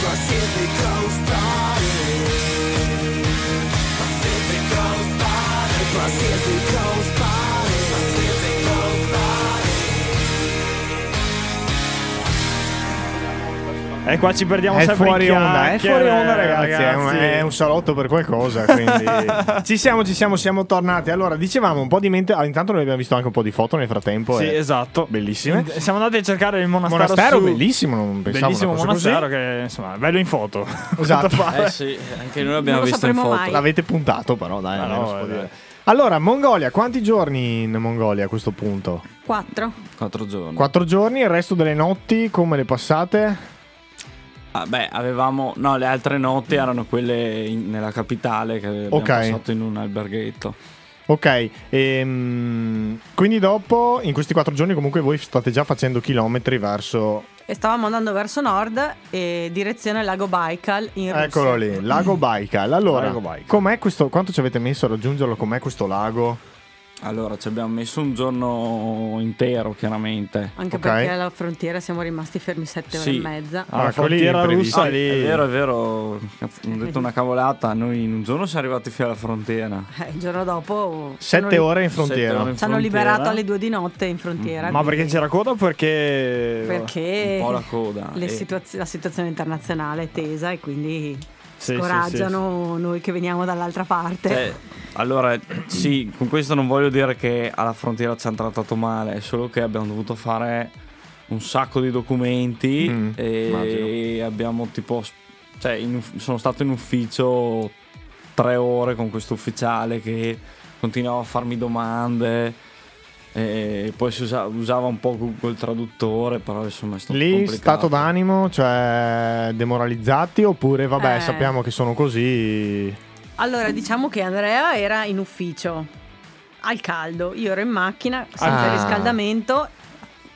Pacific Coast Party. Pacific Coast Party. Pacific Coast Party. Pacific Coast Party. E qua ci perdiamo È sempre fuori in onda, è chiacchiere, fuori onda ragazzi, È, un, ragazzi. è un salotto per qualcosa, quindi ci siamo, ci siamo, siamo tornati. Allora, dicevamo un po' di mente, ah, intanto noi abbiamo visto anche un po' di foto nel frattempo. Sì, e- esatto. Bellissime. Eh, Siamo andati a cercare il monastero. Monastero su- bellissimo, non pensavo Bellissimo una cosa così. monastero che insomma, è bello in foto. Esatto. Eh sì, anche noi l'abbiamo Non lo visto in sapremo foto. mai. L'avete puntato però, dai, Ah, no, almeno si può eh, dire. dai. Allora, Mongolia, quanti giorni in Mongolia a questo punto? 4. Quattro giorni. Quattro giorni, il resto delle notti come le passate? Ah, beh, avevamo. No, le altre notti erano quelle in- nella capitale che abbiamo Ok. passato in un alberghetto. Ok, ehm, quindi dopo, in questi quattro giorni comunque voi state già facendo chilometri verso... E stavamo andando verso nord e direzione Lago Baikal in Russia. Eccolo lì, lago Baikal. Allora, Lago Baikal. com'è questo, quanto ci avete messo a raggiungerlo? Com'è questo lago? Allora, ci abbiamo messo un giorno intero, chiaramente. Anche Ok. perché alla frontiera siamo rimasti fermi 7 ore Sì. e mezza. Ah, Alla quelli frontiera imprevisti. russa Ah, lì. È vero, è vero. Cazzo, ho detto una cavolata. Noi in un giorno siamo arrivati fino alla frontiera. Eh, il giorno dopo sono Sette li- ore in Sette frontiera. ore in ci hanno frontiera. liberato alle 2 di notte in frontiera. Ma quindi- perché c'era coda o perché perché Un po' la coda, le eh. situazio- la situazione internazionale è tesa e quindi Sì, sì, scoraggiano noi che veniamo dall'altra parte. Cioè, allora, sì, con questo non voglio dire che alla frontiera ci hanno trattato male, è solo che abbiamo dovuto fare un sacco di documenti Mm, e immagino. abbiamo tipo... s- Cioè, in uff- sono stato in ufficio tre ore con questo ufficiale che continuava a farmi domande. E poi si usa- usava un po' Google traduttore, però insomma è stato Lì complicato. stato d'animo, cioè demoralizzati oppure vabbè Eh. sappiamo che sono così... Allora, diciamo che Andrea era in ufficio al caldo, io ero in macchina senza Ah. riscaldamento,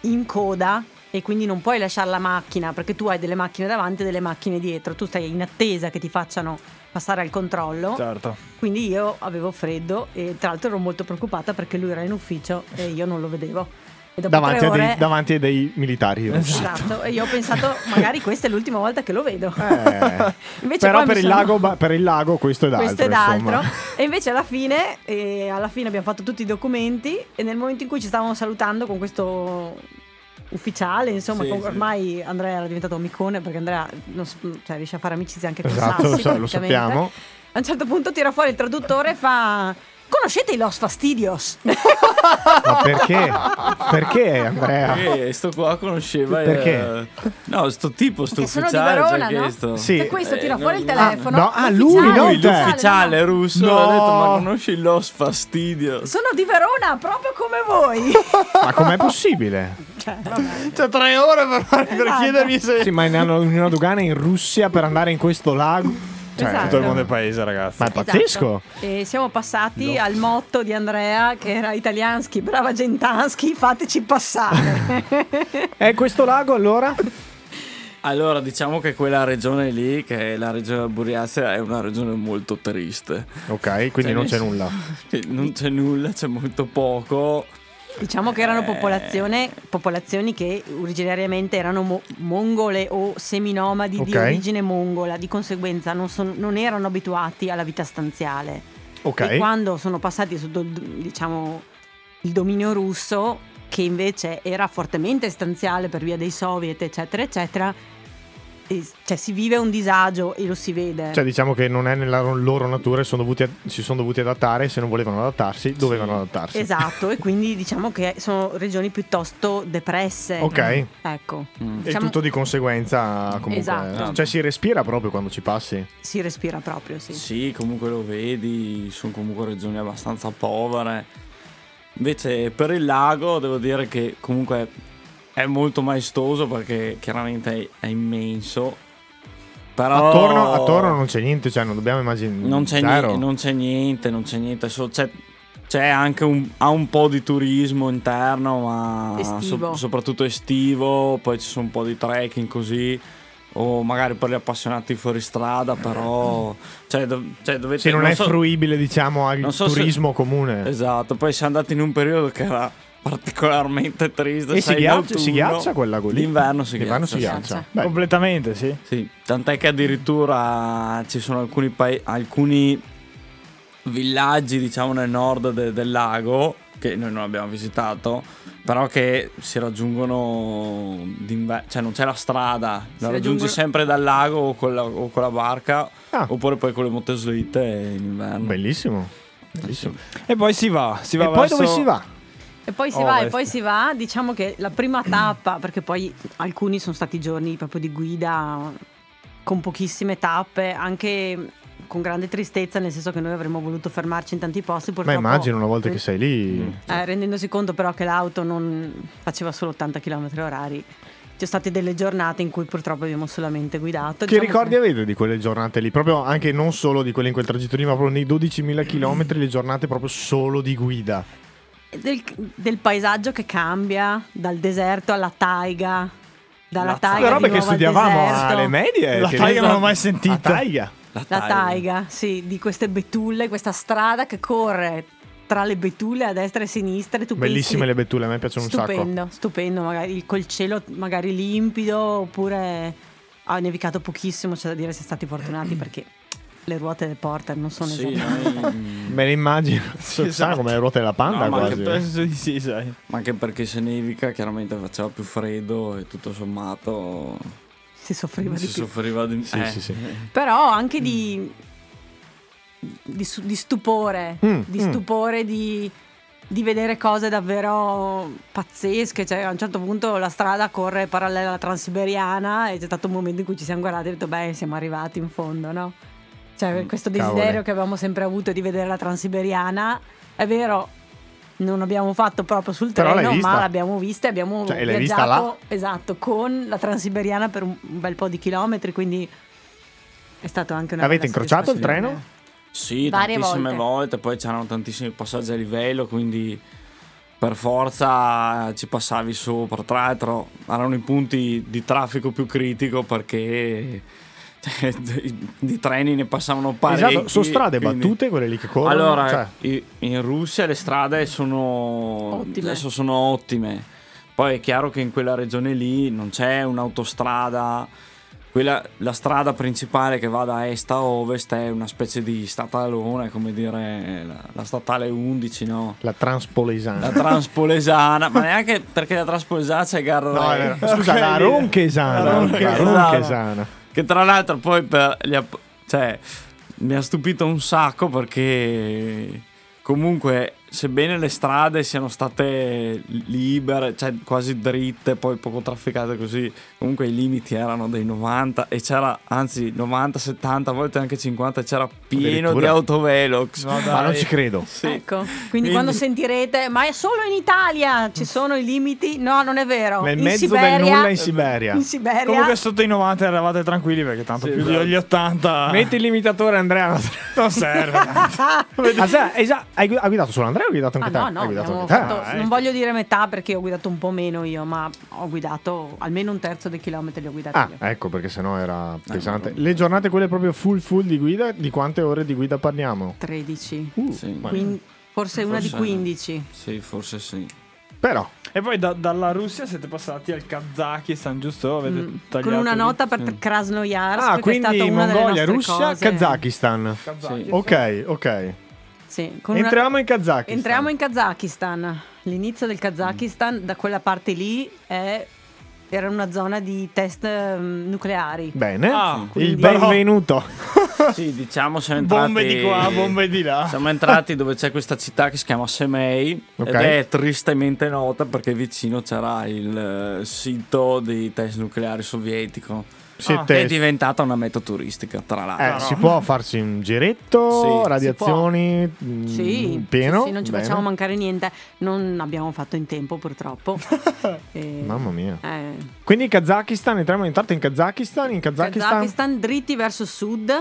in coda e quindi non puoi lasciare la macchina perché tu hai delle macchine davanti e delle macchine dietro, tu stai in attesa che ti facciano passare al controllo. Cioè. Certo. Quindi io avevo freddo e tra l'altro ero molto preoccupata perché lui era in ufficio e io non lo vedevo. E dopo Davanti tre a, dei, ore- davanti a dei militari russi. Esatto, e io ho pensato magari questa è l'ultima volta che lo vedo. Eh, Invece Però poi mi per il, sono- lago, ba- per il lago questo è d'altro. questo ed insomma. altro. E invece alla fine, eh, alla fine abbiamo fatto tutti i documenti e nel momento in cui ci stavamo salutando con questo ufficiale, insomma, Sì, con- sì. ormai Andrea era diventato amicone perché Andrea non s- cioè, riesce a fare amicizia anche con Esatto, Sassi, lo, sa- lo praticamente. sappiamo. A un certo punto tira fuori il traduttore e fa... Conoscete i Los Fastidios? Ma perché? Perché Andrea? Eh, sto qua conosceva Ah. Perché? eh, no, sto tipo, sto Che sono di ufficiale. cioè, Verona, ci ha no? chiesto. Sì. E questo tira Eh, fuori il no, telefono. no, ah, lui, L'ufficiale, lui, l'ufficiale, L'ufficiale no. russo No. ha detto: Ma conosci Los Fastidios? Sono di Verona, proprio come voi. Ma com'è possibile? Cioè, Esatto. vabbè. Cioè, tre ore per, per chiedermi se. Sì, ma ne hanno una dogana in Russia per andare in questo lago. Cioè, Esatto. Tutto il mondo è paese, ragazzi. Ma è pazzesco. Esatto. E siamo passati al motto di Andrea che era italianschi, brava gentanschi, fateci passare. E questo lago allora? Allora, diciamo che quella regione lì, che è la regione della Buriazia, è una regione molto triste. Ok, Cioè, quindi non c'è nel- nulla. Cioè, non c'è nulla, c'è molto poco. diciamo che erano Eh. popolazione- popolazioni che originariamente erano mo- mongole o seminomadi di Ok. origine mongola, di conseguenza non, son- non erano abituati alla vita stanziale. E Ok. quando sono passati sotto il, diciamo, il dominio russo, che invece era fortemente stanziale per via dei soviet, eccetera, eccetera, e- cioè si vive un disagio e lo si vede. Cioè, diciamo che non è nella loro natura, e sono dovuti a- si sono dovuti adattare. e Se non volevano adattarsi, dovevano adattarsi. Esatto, e quindi diciamo che sono regioni piuttosto depresse. Ok. Ecco, Mm. E Diciamo- tutto di conseguenza, comunque. Esatto. Cioè, si respira proprio quando ci passi. si respira proprio, sì. Sì, comunque lo vedi, sono comunque regioni abbastanza povere. Invece per il lago devo dire che comunque è molto maestoso perché chiaramente è, è immenso. Però Attorno, attorno non c'è niente, cioè, non dobbiamo immaginare. Oh. non c'è, zero. niente, non c'è niente, non c'è niente, so- c'è, c'è anche un, ha un po' di turismo interno, ma so- Estivo. soprattutto estivo, poi ci sono un po' di trekking così, o magari per gli appassionati fuoristrada, però cioè, do- cioè, dovete... Sì, non, è so- fruibile, diciamo, al non so se- turismo comune. Esatto, poi siamo andati in un periodo che era particolarmente triste. E si sai, in ghiaccia- si autunno. ghiaccia quella lì? L'inverno si ghiaccia. L'inverno si sì. ghiaccia. Ghiaccia. Beh, Completamente, sì. Sì, tant'è che addirittura ci sono alcuni, pae- alcuni villaggi, diciamo, nel nord de- del lago, che noi non abbiamo visitato, però che si raggiungono, d'inver- cioè non c'è la strada, la raggiungi raggiungono- sempre dal lago o con la, o con la barca, Ah. oppure poi con le motoslitte in inverno. bellissimo. Bellissimo. E poi si va. Si va E poi verso- dove si va? E poi si va, e Ovest. poi si va, diciamo che la prima tappa, perché poi alcuni sono stati giorni proprio di guida con pochissime tappe, anche con grande tristezza, nel senso che noi avremmo voluto fermarci in tanti posti. Ma purtroppo- immagino una Mm. volta che sei lì. Eh, rendendosi conto però che l'auto non faceva solo 80 km orari. Ci sono state delle giornate in cui purtroppo abbiamo solamente guidato. Che diciamo ricordi che- avete di quelle giornate lì? Proprio anche non solo di quelle in quel tragitto lì, ma proprio nei Mm. 12.000 km le giornate proprio solo di guida. del, del paesaggio che cambia dal deserto alla taiga, dalla taiga La taiga. di Robe robe che nuovo che al studiavamo deserto. alle medie. La che- taglia non l'ho mai La sentita. taglia. La taiga, sì, di queste betulle, questa strada che corre tra le betulle a destra e a sinistra. e Tu Bellissime le pensi, bettule, a me piacciono un sacco. Stupendo, stupendo, magari col cielo magari limpido oppure ha nevicato pochissimo, c'è da dire siamo stati fortunati perché le ruote del porter non sono Sì, mm, esattamente... noi- Me le immagino. Sa esatto. come le ruote della panda No, ma quasi. che Penso di sì, sai. ma anche perché se nevica chiaramente faceva più freddo e tutto sommato si soffriva di si più. soffriva di... Sì, eh. sì, sì. Però anche di, di, su- di stupore, Mm, di mm. stupore di, di vedere cose davvero pazzesche. Cioè, a un certo punto la strada corre parallela alla Transiberiana e c'è stato un momento in cui ci siamo guardati e ho detto, beh, siamo arrivati in fondo, no? Cioè, questo Mm, cavoli. desiderio che avevamo sempre avuto di vedere la Transiberiana, è vero, non abbiamo fatto proprio sul Però l'hai treno, vista. ma l'abbiamo vista e abbiamo Cioè, l'hai viaggiato vista là? esatto, con la Transiberiana per un un bel po' di chilometri, quindi è stato anche una Avete bella incrociato il soddisfazione. treno? Sì, Varie tantissime volte. volte. poi c'erano tantissimi passaggi a livello, quindi per forza eh, ci passavi sopra. Tra l'altro erano i punti di traffico più critico perché cioè, di di treni ne passavano parecchi. Esatto, sono strade quindi- battute quelle lì che corrono. Allora, cioè, i- in Russia le strade sono Ottime. adesso sono ottime. Poi è chiaro che in quella regione lì non c'è un'autostrada. Quella- la strada principale che va da est a ovest è una specie di statalone, come dire la, la statale 11, no? la La Transpolesana. Transpolesana, ma neanche perché la Transpolesana c'è Garra. No, è vero. Scusa, la Ronchesana. La Ronchesana. Ronchesana. Che tra l'altro poi per gli app- cioè, mi ha stupito un sacco perché comunque sebbene le strade siano state libere, cioè quasi dritte, poi poco trafficate così, comunque i limiti erano dei 90 e c'era anzi 90, 70, a volte anche 50 e c'era pieno di Addirittura. autovelox. Ma non ci credo. Sì. Ecco, quindi, quando sentirete, ma è solo in Italia ci sono i limiti? No, non è vero. Nel in mezzo Siberia, del nulla in Siberia. in Siberia Comunque sotto i 90 eravate tranquilli perché tanto più di gli 80 Metti il limitatore, Andrea. non serve. Ah, sai, hai già- hai, gu- hai guidato solo Andrea o hai guidato Ah, anche te? no, no, hai guidato abbiamo anche te? fatto- Ah, non voglio dire metà perché ho guidato un po' meno io, ma ho guidato almeno un terzo dei chilometri li ho guidati Ah, io. ecco perché sennò Ah, era pesante. Le giornate quelle proprio full full di guida, di quante ore di guida parliamo? 13, Uh, Uh, Sì. eh. quindi forse una di Forse- 15. Sì, forse sì. Però, e poi da- dalla Russia siete passati al Kazakistan, giusto? Avete Mm, tagliato Con una lì. Ah, nota per Krasnoyarsk, ah, che è stata quindi una delle nostre Mongolia, Russia, cose. Kazakistan. Kazakistan. Ok, ok. Sì, con una- Entriamo in Kazakistan. Entriamo in Kazakistan. L'inizio del Kazakistan, da quella parte lì, è- era una zona di test eh, nucleari. Bene. Ah, il quindi- benvenuto. Sì, diciamo siamo entrati Bombe di qua, bombe di là. Siamo entrati dove c'è questa città che si chiama Semei Ok. ed è tristemente nota perché vicino c'era il eh, sito di test nucleare sovietico. Ah. Siete- È diventata una meta turistica, tra l'altro. Eh, si può farsi un giretto, Sì. radiazioni, mm, Sì, pieno. sì, sì, non ci Bene. facciamo mancare niente. Non abbiamo fatto in tempo, purtroppo. Eh, Mamma mia. eh, Quindi in Kazakistan, entriamo intanto in Kazakistan, in Kazakistan, Kazakistan, dritti verso sud.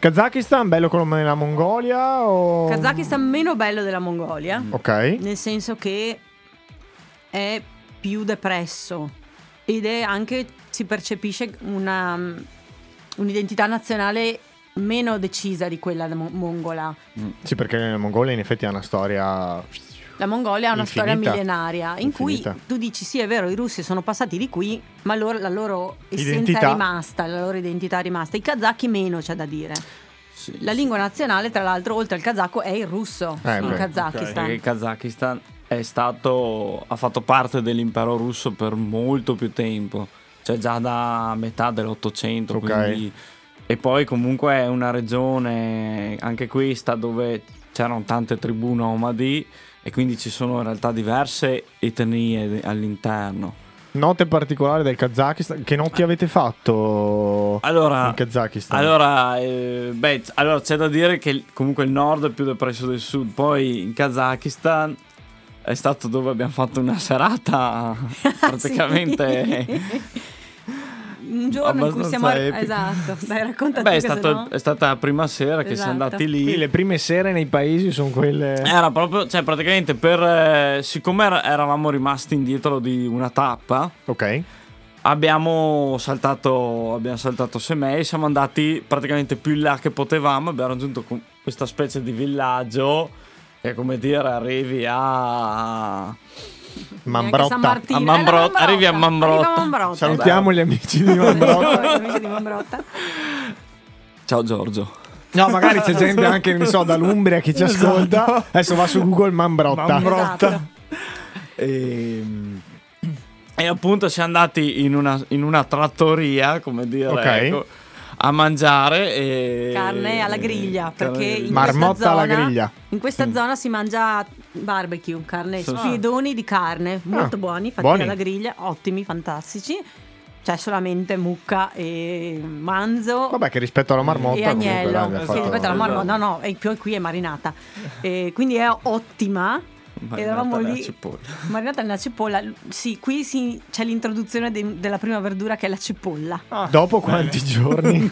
Kazakistan, bello come la Mongolia o... Kazakistan meno bello della Mongolia, Ok. nel senso che è più depresso ed è anche si percepisce una, mm, un'identità nazionale meno decisa di quella de- mongola. Sì, perché la Mongolia in effetti ha una storia La Mongolia ha una Infinita. storia millenaria in Infinita. cui tu dici sì è vero i russi sono passati di qui ma loro- la loro essenza Identità. è rimasta, la loro identità è rimasta. I kazaki meno c'è da dire. Sì, La sì. lingua nazionale tra l'altro oltre al kazako è il russo Eh, in beh, Kazakistan. Perché il Kazakistan è stato, ha fatto parte dell'impero russo per molto più tempo, cioè già da metà dell'Ottocento. Ok. quindi- E poi comunque è una regione, anche questa, dove c'erano tante tribù nomadi e quindi ci sono in realtà diverse etnie all'interno. Note particolari del Kazakistan. Che noti avete fatto Allora, in Kazakistan? Allora, eh, beh, c- allora c'è da dire che il- comunque il nord è più depresso del sud, poi in Kazakistan è stato dove abbiamo fatto una Ah, serata praticamente... Un giorno in cui abbastanza siamo arri- epico. Esatto, dai racconta Beh, tu è, che stato- sennò- è stata la prima sera che siamo Esatto. andati lì. Sì, le prime sere nei paesi sono quelle. Era proprio, cioè praticamente per... eh, siccome era- eravamo rimasti indietro di una tappa, Ok. Abbiamo saltato, abbiamo saltato Semei, siamo andati praticamente più in là che potevamo, abbiamo raggiunto cu- questa specie di villaggio che come dire arrivi a... neanche San Mambrotta. Martino. A Eh, la Mambrotta, arrivi a Mambrotta. Arriva a Mambrotta. Salutiamo gli amici di Esatto. Mambrotta. Amici di Mambrotta. Ciao Giorgio. No, magari c'è gente Esatto. anche, non so, dall'Umbria che ci ascolta. Adesso va su Google Mambrotta. Esatto. E, Ehm, e appunto siamo andati in una, in una trattoria, come dire, Ok. ecco, a mangiare e... Carne alla Eh, griglia, perché in Marmotta questa alla zona- griglia. In questa zona si mangia barbecue, carne, Sì. spiedoni di carne, molto buoni, fatti Ah, buoni. alla griglia, ottimi, fantastici. C'è solamente mucca e manzo. Vabbè, che rispetto alla marmotta. e comunque, agnello, dai, abbiamo sì, fatto- rispetto alla marmotta, no, no, è più qui è marinata, Eh, quindi è ottima. Marinata Eravamo nella lì, cipolla. marinata nella cipolla. Sì, qui si- c'è l'introduzione de- della prima verdura che è la cipolla. Dopo Eh. quanti giorni?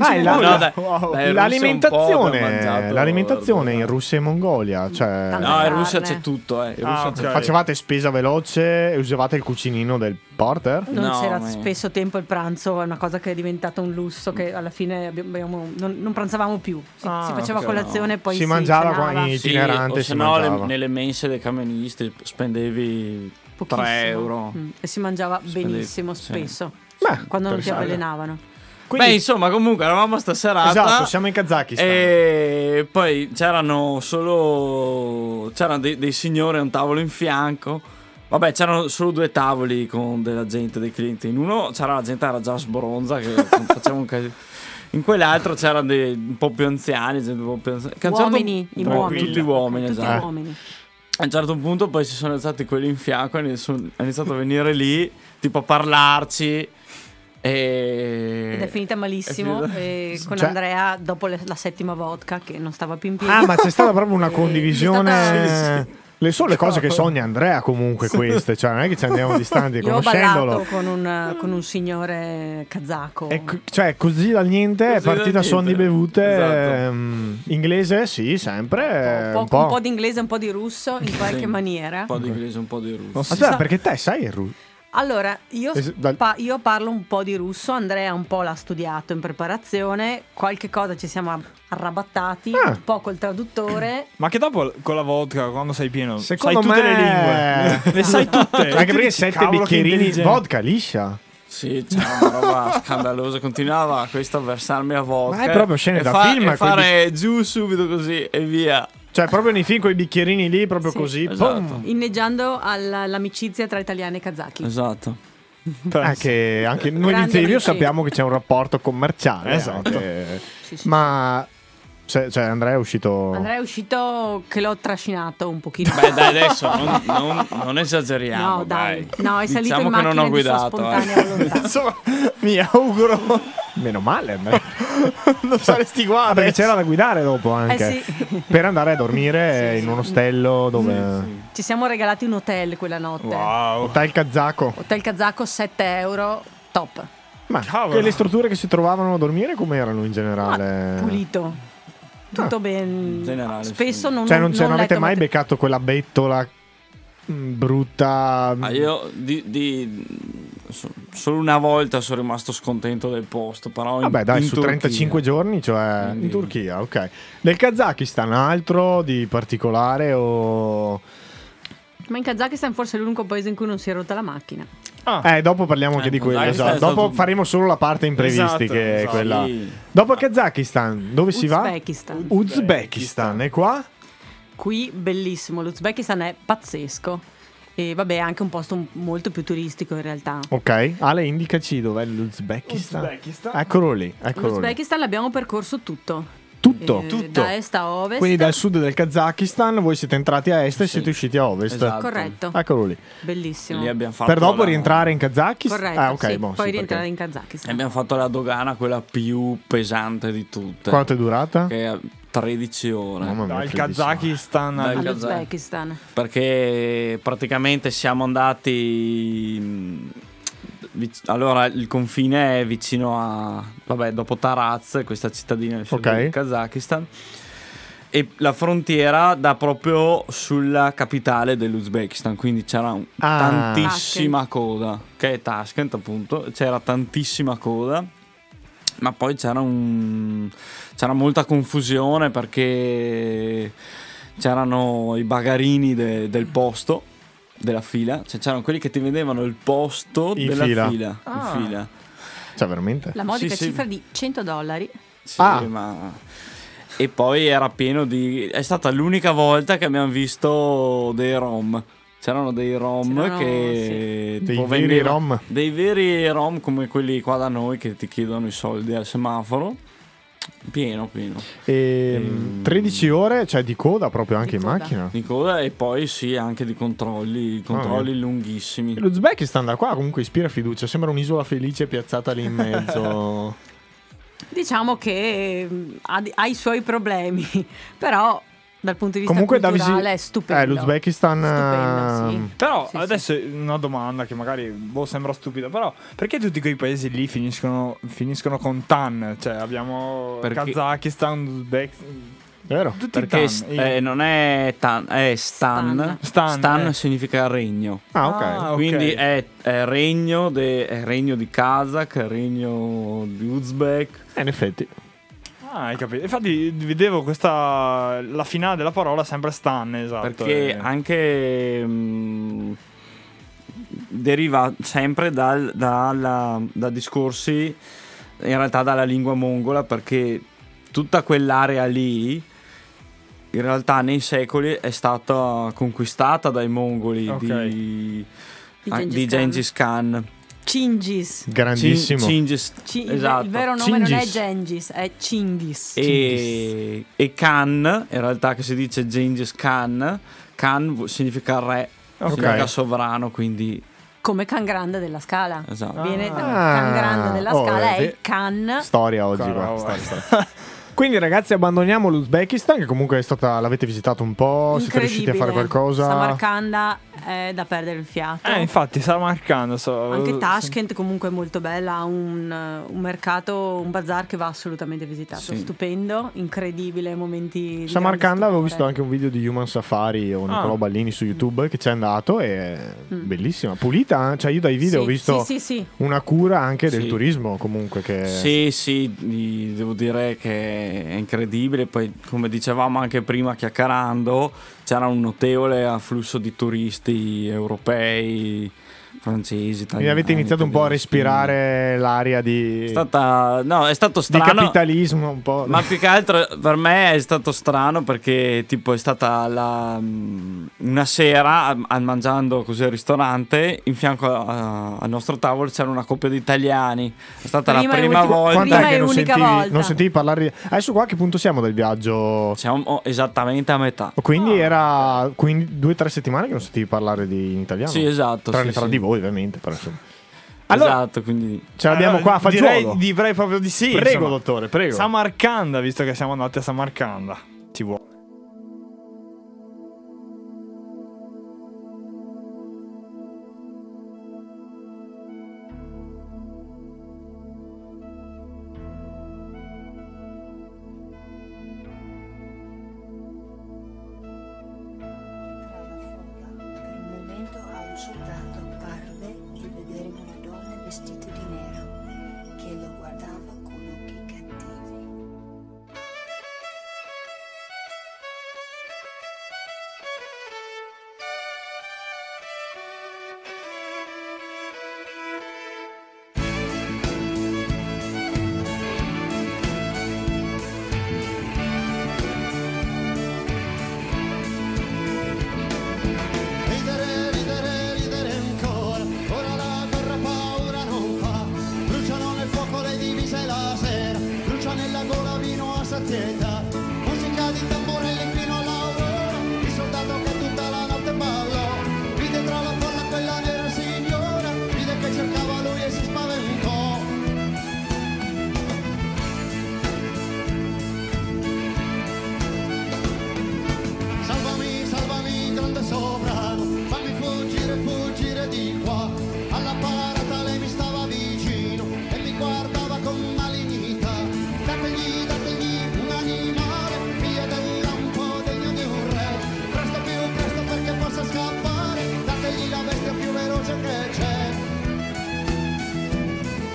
ah, è la- No, dai. Dai, il wow. russo è un po' l'alimentazione. che ha mangiato- l'alimentazione in Russia e Mongolia. Cioè, Tanto No, in Carne. Russia c'è tutto, eh. In Ah, Russia ok. c'è- Facevate spesa veloce? Usavate il cucinino del porter? Non No, c'era ma- spesso tempo il pranzo, è una cosa che è diventata un lusso che alla fine abbiamo- non, non pranzavamo più. Si, Ah, si faceva ok, colazione e poi Si si mangiava qua cenava. in- Sì, itinerante o si se no le- mangiava. nelle mense dei camionisti spendevi Pochissimo. 3 euro. Mm, E si mangiava Spendevi- benissimo sì. spesso. Beh, Quando non ti interessante. avvelenavano. Quindi- Beh, insomma, comunque eravamo stasera. Esatto, siamo in Kazakistan. E poi c'erano solo. C'erano dei, dei signori a un tavolo in fianco. Vabbè, c'erano solo due tavoli con della gente, dei clienti. In uno c'era la gente era già sbronza, che faceva un casino. In quell'altro c'erano dei un po' più anziani, gente un po' più anziani. Che a un certo- Uomini, i uomini. Tutti uomini, Tutti esatto. uomini. A un certo punto poi si sono alzati quelli in fianco e nessun- è iniziato a venire lì, tipo a parlarci. E... Eh, Ed è finita malissimo È finita- eh, con Cioè- Andrea dopo le- la settima vodka che non stava più in piedi. Ah, ma c'è stata proprio una Eh, condivisione. c'è Le sole cose che sogna Andrea, comunque, queste. Cioè, non è che ci andiamo distanti, Io ho ballato conoscendolo. con un, con un signore kazako. E c- cioè, così da niente è Così da partita niente. suon di bevute. Esatto. ehm, inglese, sì, sempre. po- eh, un po'. un po' di inglese, un po' di russo, in qualche Sì. maniera. Un po' di inglese, un po' di russo. Aspetta, perché te sai il russo? Allora, io, Es- dal- pa- io parlo un po' di russo, Andrea un po' l'ha studiato in preparazione, qualche cosa ci siamo arrabattati, Ah. un po' col traduttore. Ma che dopo con la vodka, quando sei pieno, Secondo sai tutte me- le lingue. le sai tutte. E Anche tu perché dici, sette "Cavolo, che bicchierini di intelligente". vodka liscia. Sì, c'è una roba scandalosa. Continuava questo a versarmi a volte. Ma è proprio scene da film, E fare giù subito così e via. Cioè, proprio nei film con i bicchierini lì, proprio Sì. così. Esatto. pum. Inneggiando alla- all'amicizia tra italiani e kazaki. Esatto. Eh, che anche noi di Grande Zevio amici. sappiamo che c'è un rapporto commerciale. Esatto. anche. Sì, sì. Ma. se- cioè, Andrea è uscito. Andrea è uscito che l'ho trascinato un pochino. Beh, dai, adesso non, non- non esageriamo. no, dai. dai. No, è salito diciamo in che macchina non ho di sua guidato. eh. spontanea volontà. Insomma, mi auguro. Meno male, Andrea. non saresti qua. Ah, perché c'era da guidare dopo anche. Eh sì. Per andare a dormire in un ostello dove. Ci siamo regalati un hotel quella notte. Wow. Hotel kazako. Hotel kazako 7 euro, top. Ma Cavolo. che le strutture che si trovavano a dormire, come erano in Ma generale? pulito. Tutto ben. generale, Spesso sì. non Ah. Cioè, non, ce- non avete letto mai mater- beccato quella bettola mm, brutta. Ah, io Ah, di, di- so- Solo una volta sono rimasto scontento del posto, però in- Vabbè, dai, in su Turchia. 35 giorni, cioè Quindi- in Turchia, ok. Nel Kazakistan, altro di particolare o... Ma in Kazakistan forse è l'unico paese in cui non si è rotta la macchina. Eh, dopo parliamo anche Eh, di quello. Kazakistan esatto. è stato- Dopo faremo solo la parte imprevisti, Esatto, che è esatto. quella. Sì. Dopo Kazakistan, dove si va? Uzbekistan. Uzbekistan, e qua? Qui bellissimo, l'Uzbekistan è pazzesco. E vabbè, è anche un posto m- molto più turistico in realtà. Ok, Ale, indicaci dov'è l'Uzbekistan. Ah, Eccolo lì, eccolo lì. L'Uzbekistan l'abbiamo percorso tutto. Tutto, Eh, tutto. Da est a ovest. Quindi dal sud del Kazakistan voi siete entrati a est e siete usciti a ovest. Esatto. Corretto. Eccolo lì. Bellissimo. Lì abbiamo fatto Per dopo la- rientrare in Kazakistan? Corretto. Ah, ok, sì, boh, poi sì, rientrare perché- in Kazakistan. Abbiamo fatto la dogana, quella più pesante di tutte. Quanto è durata? Che è 13 ore. Mamma mia, Dal 13. Kazakistan Dal- al- All'Uzbekistan. perché praticamente siamo andati. mh, vic- Allora, il confine è vicino a. Vabbè, dopo Taraz, questa cittadina del sud Ok. del Kazakistan. E la frontiera dà proprio sulla capitale dell'Uzbekistan, quindi c'era un- Ah. tantissima coda, che è Tashkent appunto, c'era tantissima coda, ma poi c'era un, c'era molta confusione perché c'erano i bagarini de- del posto della fila, cioè c'erano quelli che ti vendevano il posto In della fila. fila, in fila. Cioè, veramente? La modica Sì, sì. cifra di 100 dollari. Sì, Ah. ma- E poi era pieno di... È stata l'unica volta che abbiamo visto dei rom. C'erano dei rom C'erano, che... Dei tipo veri vendevano- rom. Dei veri rom come quelli qua da noi che ti chiedono i soldi al semaforo. Pieno, pieno. Ehm, 13 ore, cioè di coda proprio Di anche in coda. macchina. Di coda e poi sì, anche di controlli, controlli lunghissimi. L'Uzbekistan da qua comunque ispira fiducia, sembra un'isola felice piazzata lì in mezzo. Diciamo che mm, ha, ha i suoi problemi, però dal punto di vista comunque da culturale visi- è stupendo. Eh, l'Uzbekistan Stupendo, sì. ehm, Però Sì, sì. adesso una domanda che magari boh, sembra stupida, però perché tutti quei paesi lì finiscono, finiscono con tan? Cioè abbiamo Perché- Kazakistan, Uzbekistan, vero? tutti Perché tan. st- I- eh, non è tan, è stan. Stan. Stan, eh. significa regno. Ah, ok. Ah, ok. Quindi è, è regno, de- è regno di Kazakh, è regno di Uzbek. Eh, in effetti. Ah, hai capito. Infatti vedevo questa la finale della parola sempre stan, esatto. Perché eh. anche mh, deriva sempre dal- dalla- da discorsi, in realtà dalla lingua mongola, perché tutta quell'area lì in realtà nei secoli è stata conquistata dai mongoli Ok. di, Di ah, Gengis di Khan. Gengis Khan. Cingis. Grandissimo. Cin- Cingis- Ci- il- esatto. Il vero nome non è Cingis. Gengis, è Cingis. e, e Khan, in realtà che si dice Gengis Khan, Khan vu- significa re, Ok. significa sovrano, quindi Come Can Grande della Scala. esatto. Viene da Ah. Can Grande della Oh, Scala, è vedi? il Can. Storia oggi Cavolo. qua. storia, storia. Quindi ragazzi abbandoniamo l'Uzbekistan che comunque è stata, l'avete visitato un po', siete riusciti a fare qualcosa? Samarcanda è da perdere il fiato. Eh, infatti Samarkand so. Eh, Anche Tashkent comunque è molto bella, ha un, eh, un mercato, un bazar che va assolutamente visitato, Sì. stupendo, incredibile, momenti... di Samarcanda grande avevo visto stupore. anche un video di Human Safari o Nicolò Ah. Ballini su YouTube che c'è andato e Mm. bellissima, pulita, eh? cioè io dai video Sì, ho visto Sì, sì, sì. una cura anche del Sì. turismo comunque che Sì, sì, di- devo dire che è incredibile. Poi, come dicevamo anche prima, chiacchierando, c'era un notevole afflusso di turisti europei, francesi, Quindi italiani. avete iniziato un po' a tedeschi. respirare l'aria di, È stata, no, è stato di strano. capitalismo un po'. Ma più che altro per me è stato strano perché tipo è stata la- mm, una sera a- a- mangiando così al ristorante, in fianco a- al nostro tavolo c'era una coppia di italiani. È stata Prima la e prima ultima- volta. prima Quant'è e che non unica sentivi, volta. non sentivi parlare di... Adesso qua a che punto siamo del viaggio? Siamo oh, esattamente a metà. Quindi era quindi due o tre settimane che non sentivi parlare di in italiano? Sì, esatto. Tranne sì, tra sì. di voi ovviamente, però insomma. Allora, Esatto, quindi ce l'abbiamo qua a fagiolo. Direi, direi proprio di sì. Prego, insomma. Eh, dottore, prego. Samarcanda, visto che siamo andati a Samarcanda. Ci vuole. Per un momento a un soldato parve di vedere una donna vestita sazietà musica di tamburelli fino all'aurora il soldato che tutta la notte ballò vide tra la folla quella nera signora vide che cercava lui e si spaventò Salvami, salvami, grande sovrano, fammi fuggire, fuggire di qua. Alla parata lei mi stava vicino e mi guardava con malignità. Dategli, dategli un animale, via della un po' degno di un re. Presto più, presto perché possa scappare, dategli la bestia più veloce che c'è.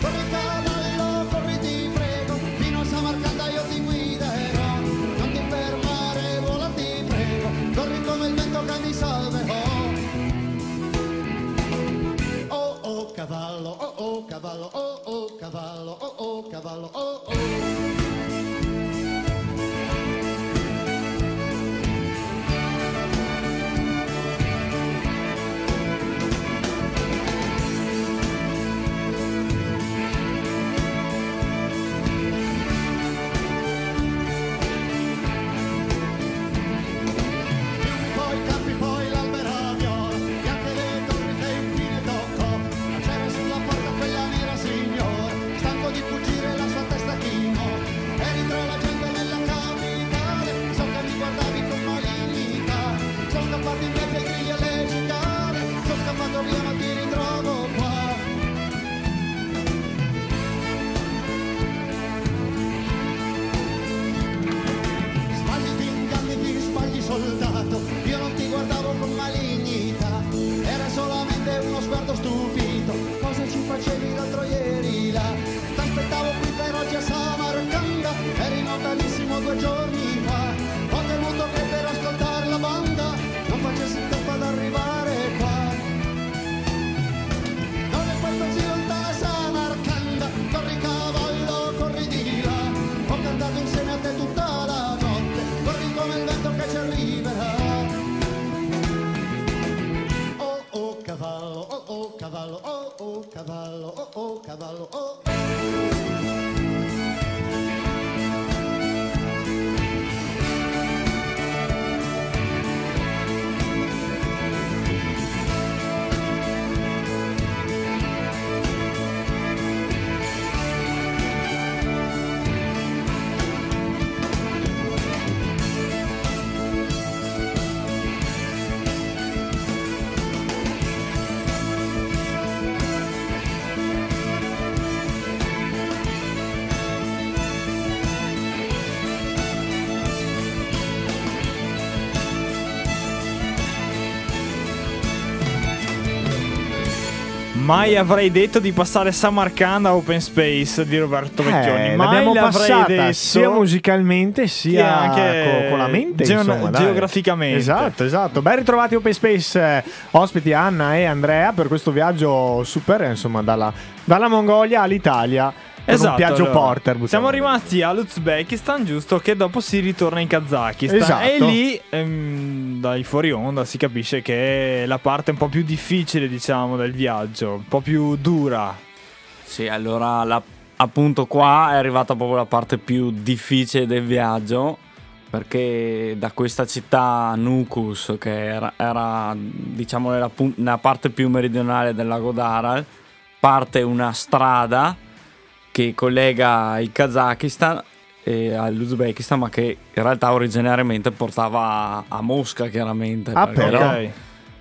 Corri cavallo, corri ti prego, fino a Samarcanda io ti guiderò. Non ti fermare, vola ti prego, corri come il vento che mi salverò. Oh oh cavallo, oh oh cavallo, oh oh cavallo, oh oh cavallo, oh oh. Poi campi, poi l'albera viola, e anche le torri che infine toccò. C'era sulla porta quella nera signora, stanco di fuggire la sua testa chinò. Eri tra la gente nella capitale, so che mi guardavi con malignità. Sono scappati in mezzo ai grigli e alle cicale, sono scappato via ma ti ritrovo qua. Sbagli ti inganni, ti sbagli soldato, io non ti guardavo con malignità, era solamente uno sguardo stupito, cosa ci facevi l'altro ieri là? T'aspettavo qui per oggi a Samarcanda, eri lontanissimo due giorni fa, ho temuto che per ascoltare la banda non facessi in tempo ad arrivare qua. Non è questa città Samarcanda, corri cavallo, corri di là. Ho cantato insieme a te tutta la notte, corri come il vento che ci arriverà. Oh oh cavallo, oh oh cavallo, oh oh cavallo, oh oh cavallo, oh. Mai avrei detto di passare Samarcanda a Open Space di Roberto Vecchioni. Eh, Mai l'abbiamo l'avrei passata detto. sia musicalmente sia anche co- con, la mente geo- insomma, dai. geograficamente. esatto esatto ben ritrovati Open Space eh, ospiti Anna e Andrea per questo viaggio super eh, insomma dalla, dalla Mongolia all'Italia per Esatto, un viaggio allora, porter buttiamo. Siamo rimasti all'Uzbekistan, giusto? Che dopo si ritorna in Kazakistan. Esatto. E lì, ehm, dai fuori onda, si capisce che è la parte un po' più difficile, diciamo, del viaggio, un po' più dura. Sì, allora la- appunto qua è arrivata proprio la parte più difficile del viaggio perché da questa città Nukus che era, era, diciamo nella, pun- nella parte più meridionale del lago Daral parte una strada che collega il Kazakistan eh, all'Uzbekistan ma che in realtà originariamente portava a, a Mosca chiaramente Ah, perché- però- Ok.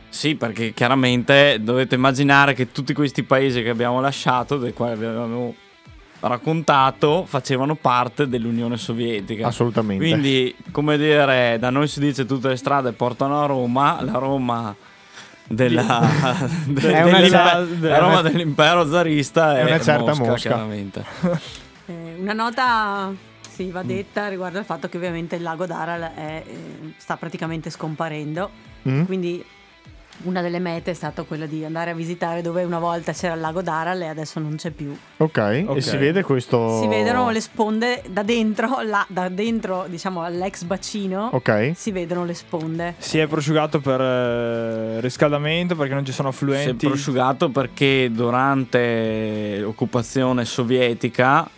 sì, perché chiaramente dovete immaginare che tutti questi paesi che abbiamo lasciato, dei quali vi avevamo raccontato, facevano parte dell'Unione Sovietica. assolutamente Quindi, come dire, da noi si dice tutte le strade portano a Roma, la Roma della, de- È una dell'impe- certa- la Roma dell'impero zarista È è una certa Mosca. chiaramente. Eh, una nota sì, Mm. va detta riguardo al fatto che ovviamente il lago d'Aral è, eh, sta praticamente scomparendo, Mm? quindi una delle mete è stata quella di andare a visitare dove una volta c'era il lago d'Aral e adesso non c'è più. ok Ok. e si vede questo Si vedono le sponde da dentro, là- da dentro diciamo all'ex bacino, ok si vedono le sponde. Si è prosciugato per eh, riscaldamento perché non ci sono Si è affluenti. prosciugato perché durante l'occupazione sovietica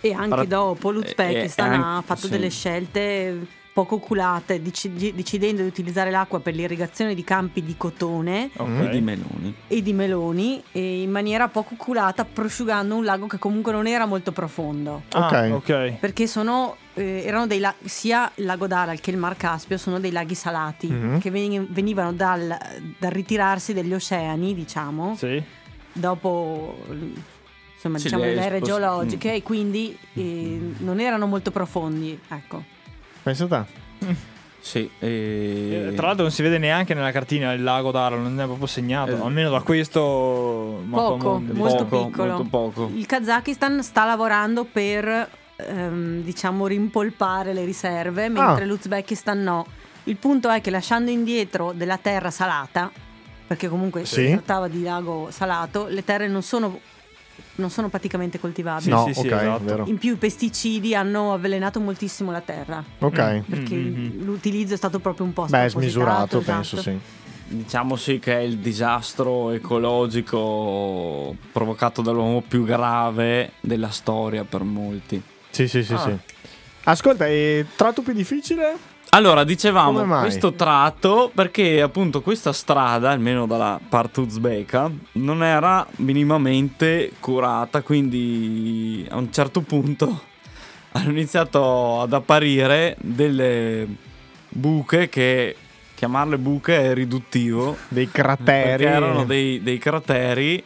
E anche Parla- dopo l'Uzbekistan Eh, eh, ha anche- fatto sì. delle scelte poco culate, deci- decidendo di utilizzare l'acqua per l'irrigazione di campi di cotone E di Meloni. e di meloni e in maniera poco culata, prosciugando un lago che comunque non era molto profondo. Ok. Ah, ok. Perché sono, eh, erano dei laghi, sia il lago d'Aral che il Mar Caspio sono dei laghi salati Mhm. che veni- venivano dal, dal ritirarsi degli oceani, diciamo, Sì. dopo l- insomma, Sì, diciamo, le le ere spost- geologiche mm. e quindi eh, non erano molto profondi. Ecco. Pensa te. Sì, e... Eh, Tra l'altro non si vede neanche nella cartina il lago d'Aro, non è proprio segnato, Eh. almeno da questo Poco, mappamondi. molto Poco, piccolo. molto poco. Il Kazakistan sta lavorando per ehm, diciamo rimpolpare le Ah. riserve, mentre l'Uzbekistan no. Il punto è che lasciando indietro della terra salata, perché comunque Sì. si trattava di lago salato, le terre non sono, non sono praticamente coltivabili. Sì, no, sì, sì, ok, esatto. vero. In più i pesticidi hanno avvelenato moltissimo la terra, Ok. perché Mm, Mhm. l'utilizzo è stato proprio un po' Beh, spropositato, smisurato, esatto. penso sì. Diciamo sì che è il disastro ecologico provocato dall'uomo più grave della storia per molti. Sì, sì, sì, Ah. sì. Ascolta, e tratto più difficile? Allora, Come dicevamo mai? questo tratto perché appunto questa strada, almeno dalla parte uzbeka, non era minimamente curata, quindi a un certo punto hanno iniziato ad apparire delle buche che chiamarle buche è riduttivo. Dei crateri. Perché erano dei, dei crateri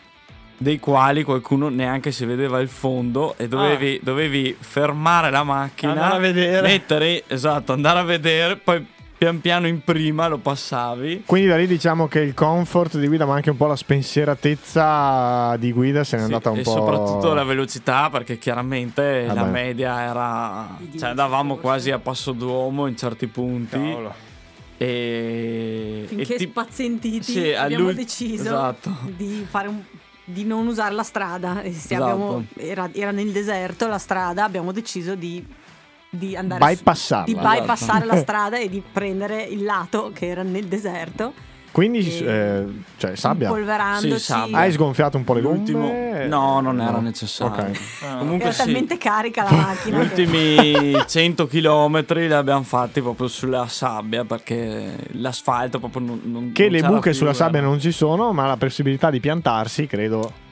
dei quali qualcuno neanche si vedeva il fondo e dovevi, dovevi fermare la macchina, Ah. Andare a vedere. mettere, esatto, andare a vedere, poi pian piano in prima lo passavi. Quindi da lì diciamo che il comfort di guida, ma anche un po' la spensieratezza di guida se n'è Sì, andata un e po'. soprattutto la velocità perché chiaramente Ah la beh. media era cioè andavamo quasi a passo d'uomo in certi punti Cavolo. e Finché e ti- spazientiti Sì, abbiamo all'ul- deciso esatto. di, fare un- di non usare la strada. E se Esatto. abbiamo- era, era nel deserto la strada, abbiamo deciso di, di andare su- Bypassarla. di Esatto. bypassare la strada e di prendere il lato che era nel deserto, Quindi, Sì. eh, cioè, sabbia. Ah, polverandoci. Sì, sabbia. Hai sgonfiato un po' le l'ultimo gomme? no non era No. necessario Ok. Ah. comunque Era sì. talmente carica la macchina. Gli che- ultimi 100 km li abbiamo fatti proprio sulla sabbia perché l'asfalto proprio non, non Che non le c'era buche più, eh. sulla era- sabbia non ci sono, ma la possibilità di piantarsi, credo.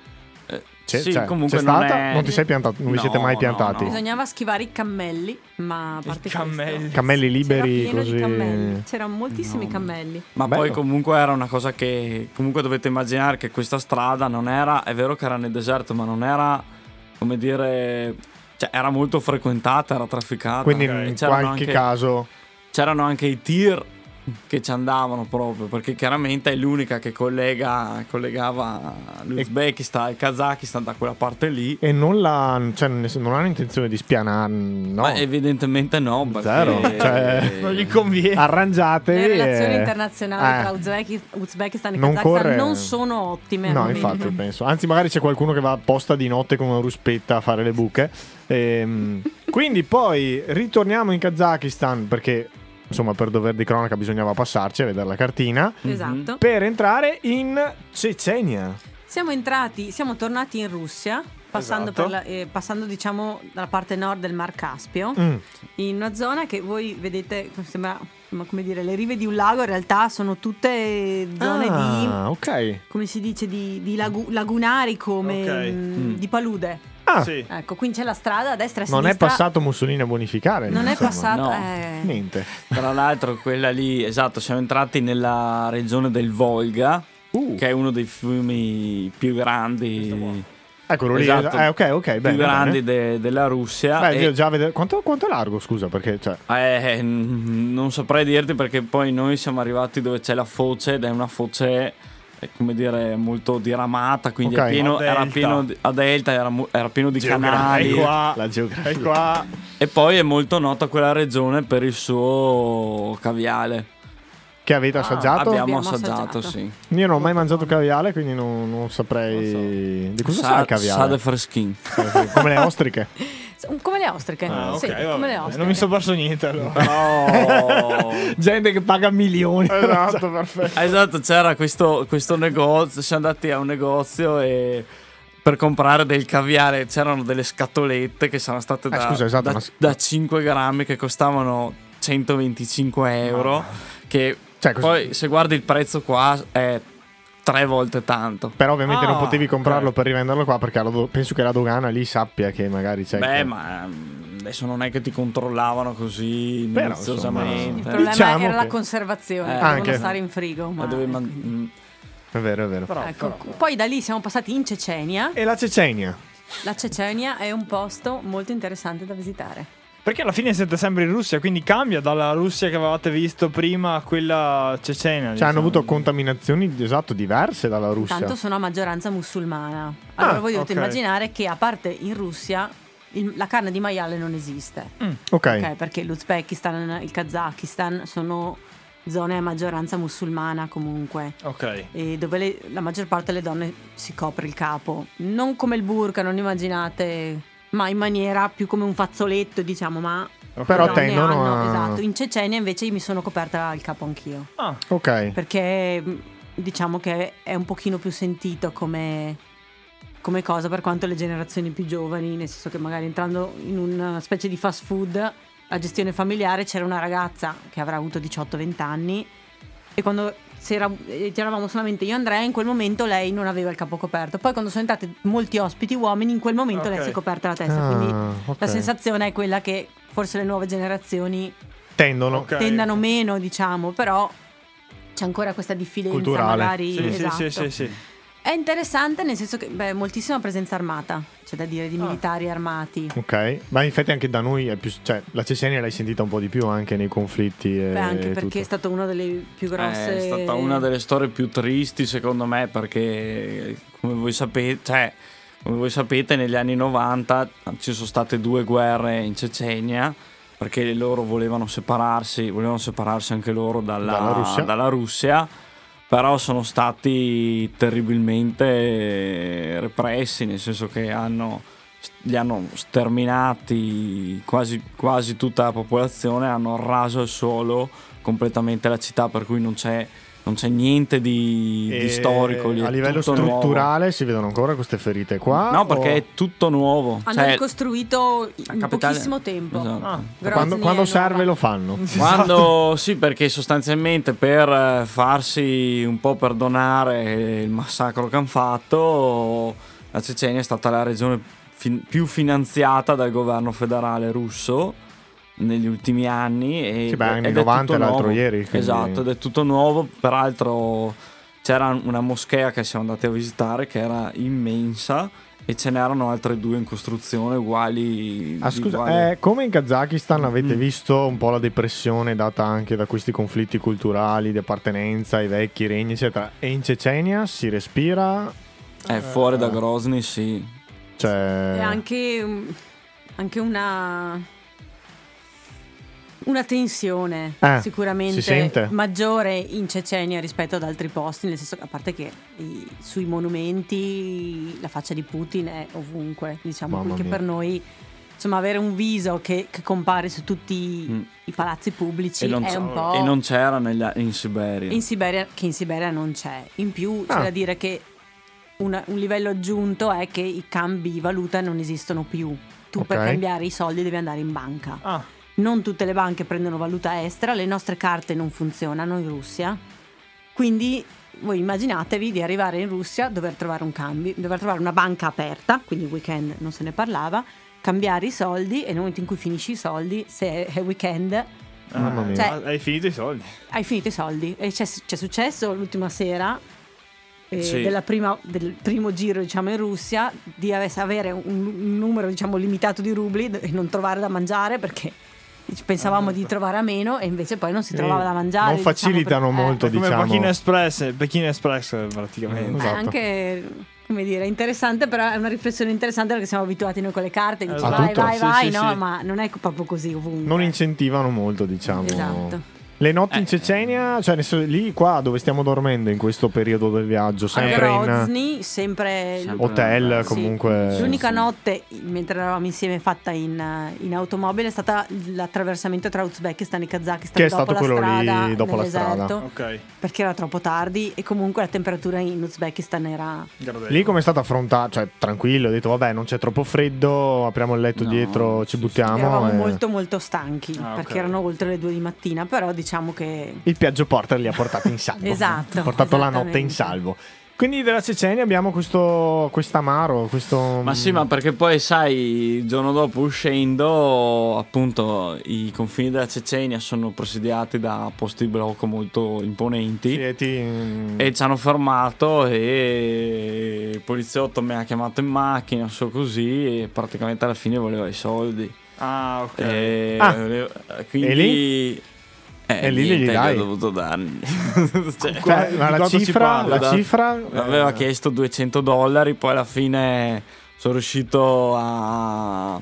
Eh, C'è, sì, cioè, comunque c'è non stata? è- Non ti sei piantato, non vi No, siete mai no, piantati. no. Bisognava schivare i cammelli, ma a parte questo- cammelli. Cammelli liberi C'era pieno di così. cammelli. C'erano moltissimi No. cammelli. Ma Bello. poi comunque era una cosa che comunque dovete immaginare che questa strada non era, è vero che era nel deserto, ma non era come dire, cioè era molto frequentata, era trafficata. Quindi E in c'erano qualche anche- caso c'erano anche i tir che ci andavano proprio perché chiaramente è l'unica che collega, collegava l'Uzbekistan e il Kazakistan da quella parte lì. e non, la, cioè, non non hanno intenzione di spianare, no. Ma evidentemente no, perché eh, Zero, cioè- Non gli conviene. Arrangiate. Le relazioni e- internazionali eh. tra Uzbeki- Uzbekistan e Non Kazakistan corre- non sono ottime. al No, momento. infatti, penso. Anzi, magari c'è qualcuno che va apposta di notte con una ruspetta a fare le buche. Ehm, quindi poi ritorniamo in Kazakistan perché, insomma, per dover di cronaca bisognava passarci a vedere la cartina. Mhm. Esatto. Per entrare in Cecenia. Siamo entrati, siamo tornati in Russia, passando, Esatto. per la- eh, passando, diciamo dalla parte nord del Mar Caspio, Mm, in una zona che voi vedete, sembra insomma, come dire, le rive di un lago, in realtà sono tutte zone di, ah, ok. come si dice, di, di lagu- lagunari come Ok. mm, di palude. Ah, Sì. Ecco, quindi c'è la strada a destra e a non è sinistra. passato Mussolini a bonificare. Non è insomma. passato. no. eh, Niente. Tra l'altro quella lì, esatto, siamo entrati nella regione del Volga, Uh, che è uno dei fiumi più grandi, Eccolo lì. Esatto. eh, ok, ok. più Bene, grandi eh. bene. de- della Russia. Beh, e- io già vedo- quanto, quanto è largo, scusa, perché cioè, Eh, n- non saprei dirti perché poi noi siamo arrivati dove c'è la foce ed è una foce, eh, come dire, molto diramata, quindi è Ok. pieno- A era delta. Ecco, ah. pieno di- a delta, era, mo- era pieno di E Ecco canali qua. la geografia. E qua. e poi è molto nota quella regione per il suo caviale. Che avete assaggiato? Abbiamo Abbiamo assaggiato, assaggiato. sì. Io non ho mai mangiato caviale, quindi non, non saprei. Di cosa sa il sa de caviale? freschin. Come le ostriche. Come le ostriche. Ah, ok, sì, vabbè. come le ostriche. Non mi sono perso niente allora. Oh. Gente che paga milioni. esatto, perfetto. Ah, Esatto, c'era questo, questo negozio, siamo andati a un negozio e per comprare del caviale c'erano delle scatolette che sono state da, scusa, esatto, da- ma- da 5 grammi che costavano 125 euro. Che Cioè, cos- poi se guardi il prezzo qua è tre volte tanto. Però ovviamente non Ah, comprarlo ok. comprarlo per rivenderlo qua perché la do- penso che la dogana lì sappia che magari c'è. Beh, che- ma mm, adesso non è che ti controllavano così Però, Il minuziosamente. problema Diciamo era che- la conservazione, Eh, dovevano anche. stare in frigo. Ma Ma... dovevi man- quindi- mm. È vero, è vero. Ecco, Poi da lì siamo passati in Cecenia. E la Cecenia? La Cecenia è un posto molto interessante da visitare. Perché alla fine siete sempre in Russia, quindi cambia dalla Russia che avevate visto prima a quella diciamo. cecena. Cioè, hanno avuto contatto contaminazioni esatto diverse dalla Russia. Tanto sono a maggioranza musulmana. Allora Ah, voi dovete ok. immaginare che a parte in Russia il- la carne di maiale non esiste. Ok. Ok, perché l'Uzbekistan, il Kazakistan sono zone a maggioranza musulmana comunque. Ok. e dove le- la maggior parte delle donne si copre il capo. Non come il burka, non immaginate, ma in maniera più come un fazzoletto, diciamo, ma Però le donne tendono hanno- a- Esatto, in Cecenia invece mi sono coperta il capo anch'io, Ah, Ok. perché mh, diciamo che è un pochino più sentito come come cosa per quanto le generazioni più giovani, nel senso che magari entrando in una specie di fast food, la gestione familiare c'era una ragazza che avrà avuto 18-20 anni e quando c'era- eh, c'eravamo solamente io e Andrea, in quel momento lei non aveva il capo coperto. Poi quando sono entrati molti ospiti uomini, in quel momento lei Ok. si è coperta la testa, Ah, quindi ok. la sensazione è quella che forse le nuove generazioni Tendono. ok. tendano meno, diciamo, però c'è ancora questa diffidenza Culturale. magari Sì, sì, esatto. sì, sì, sì. È interessante nel senso che, beh, moltissima presenza armata, c'è da dire, Ah. di militari armati. Eh, Ok. Ma infatti anche da noi è più. Cioè, la Cecenia l'hai sentita un po' di più anche nei conflitti. E Beh, anche e perché tutto. è stata una delle più grosse... Eh, È stata una delle storie più tristi secondo me perché come voi sapete, cioè, come voi sapete negli anni 90 ci sono state due guerre in Cecenia perché loro volevano separarsi, volevano separarsi anche loro dalla, Dalla Russia. dalla Russia, però sono stati terribilmente repressi, nel senso che hanno, li hanno sterminati quasi, quasi tutta la popolazione, hanno raso al suolo completamente la città, per cui non c'è, non c'è niente di, di E storico lì. è A livello tutto nuovo. strutturale si vedono ancora queste ferite qua. No, perché o- è tutto nuovo. Hanno cioè, ricostruito la in capitale- pochissimo tempo. Esatto. Grozny Quando, quando e serve Nova. lo fanno. Quando, sì, perché sostanzialmente per eh, farsi un po' perdonare il massacro che hanno fatto, la Cecenia è stata la regione fin- più finanziata dal governo federale russo negli ultimi anni. E, Sì, beh, anni ed è 90 tutto l'altro nuovo. ieri, quindi- Esatto, ed è tutto nuovo. Peraltro c'era una moschea che siamo andati a visitare che era immensa e ce n'erano altre due in costruzione uguali. Ah, di scusa, uguale- eh, come in Kazakistan avete Mm. visto un po' la depressione data anche da questi conflitti culturali di appartenenza ai vecchi regni, eccetera. E in Cecenia si respira, Eh, fuori da Grozny, sì. cioè. E anche, um, anche una... Una tensione Eh, si sicuramente sente? maggiore in Cecenia rispetto ad altri posti, nel senso che a parte che i- sui monumenti la faccia di Putin è ovunque, diciamo, Mamma che mia. per noi insomma avere un viso che, che compare su tutti Mm. i palazzi pubblici e, non è c'è- un po' e non c'era negli- in Siberia. in Siberia, che in Siberia non c'è. In più c'è Ah. da dire che una- un livello aggiunto è che i cambi valuta non esistono più. Tu per Ok. cambiare i soldi devi andare in banca. Ah, Non tutte le banche prendono valuta estera, le nostre carte non funzionano in Russia. Quindi voi immaginatevi di arrivare in Russia, dover trovare un cambio, dover trovare una banca aperta, quindi il weekend non se ne parlava, cambiare i soldi e nel momento in cui finisci i soldi, se è weekend, Mamma mia. Cioè- Ah, hai finito i soldi. hai finito i soldi e c'è, c'è successo l'ultima sera eh, Sì. della prima- del primo giro diciamo in Russia di aves- avere un, un numero diciamo limitato di rubli e non trovare da mangiare perché pensavamo di trovare a meno e invece poi non si trovava da mangiare non diciamo, facilitano per- eh, molto, È come diciamo. Pechino Express, eh, Pechino Express eh, praticamente. è esatto. anche come dire interessante però è una riflessione interessante perché siamo abituati noi con le carte dici, A vai tutto. vai Sì, vai sì, no sì. ma non è proprio così ovunque Non incentivano molto, diciamo. esatto Le notti in Cecenia, cioè nel senso, lì qua dove stiamo dormendo in questo periodo del viaggio, sempre in Grozny, sempre eh, hotel Sì. comunque. L'unica notte mentre eravamo insieme fatta in, eh, in automobile è stata l'attraversamento tra Uzbekistan e Kazakistan Che è dopo stato la quello strada, lì, dopo nel la strada. deserto, Ok. perché era troppo tardi e comunque la temperatura in Uzbekistan era Lì come è stata affrontata? Cioè, tranquillo, ho detto vabbè, non c'è troppo freddo, apriamo il letto No, dietro, ci buttiamo. eravamo e- molto molto stanchi Ah, ok. perché erano oltre le due di mattina, però diciamo che Il Piaggio Porter li ha portati in salvo. Esatto, Ha portato la notte in esattamente. salvo. Quindi della Cecenia abbiamo questo amaro, questo mm, Ma sì, ma perché poi sai, il giorno dopo uscendo, appunto, i confini della Cecenia sono presidiati da posti blocco molto imponenti. Sì, e ti- Eh, E ci hanno fermato e il poliziotto mi ha chiamato in macchina, so così, e praticamente alla fine voleva i soldi. Ah, ok. E, Ah. voleva- quindi... E lì? Eh, E lì gli niente, dai? Ho dovuto dargli. Cioè, Cioè, Di ma la quanto ci cifra, parla? la da- cifra mi aveva eh, chiesto 200 dollari, poi alla fine sono riuscito a...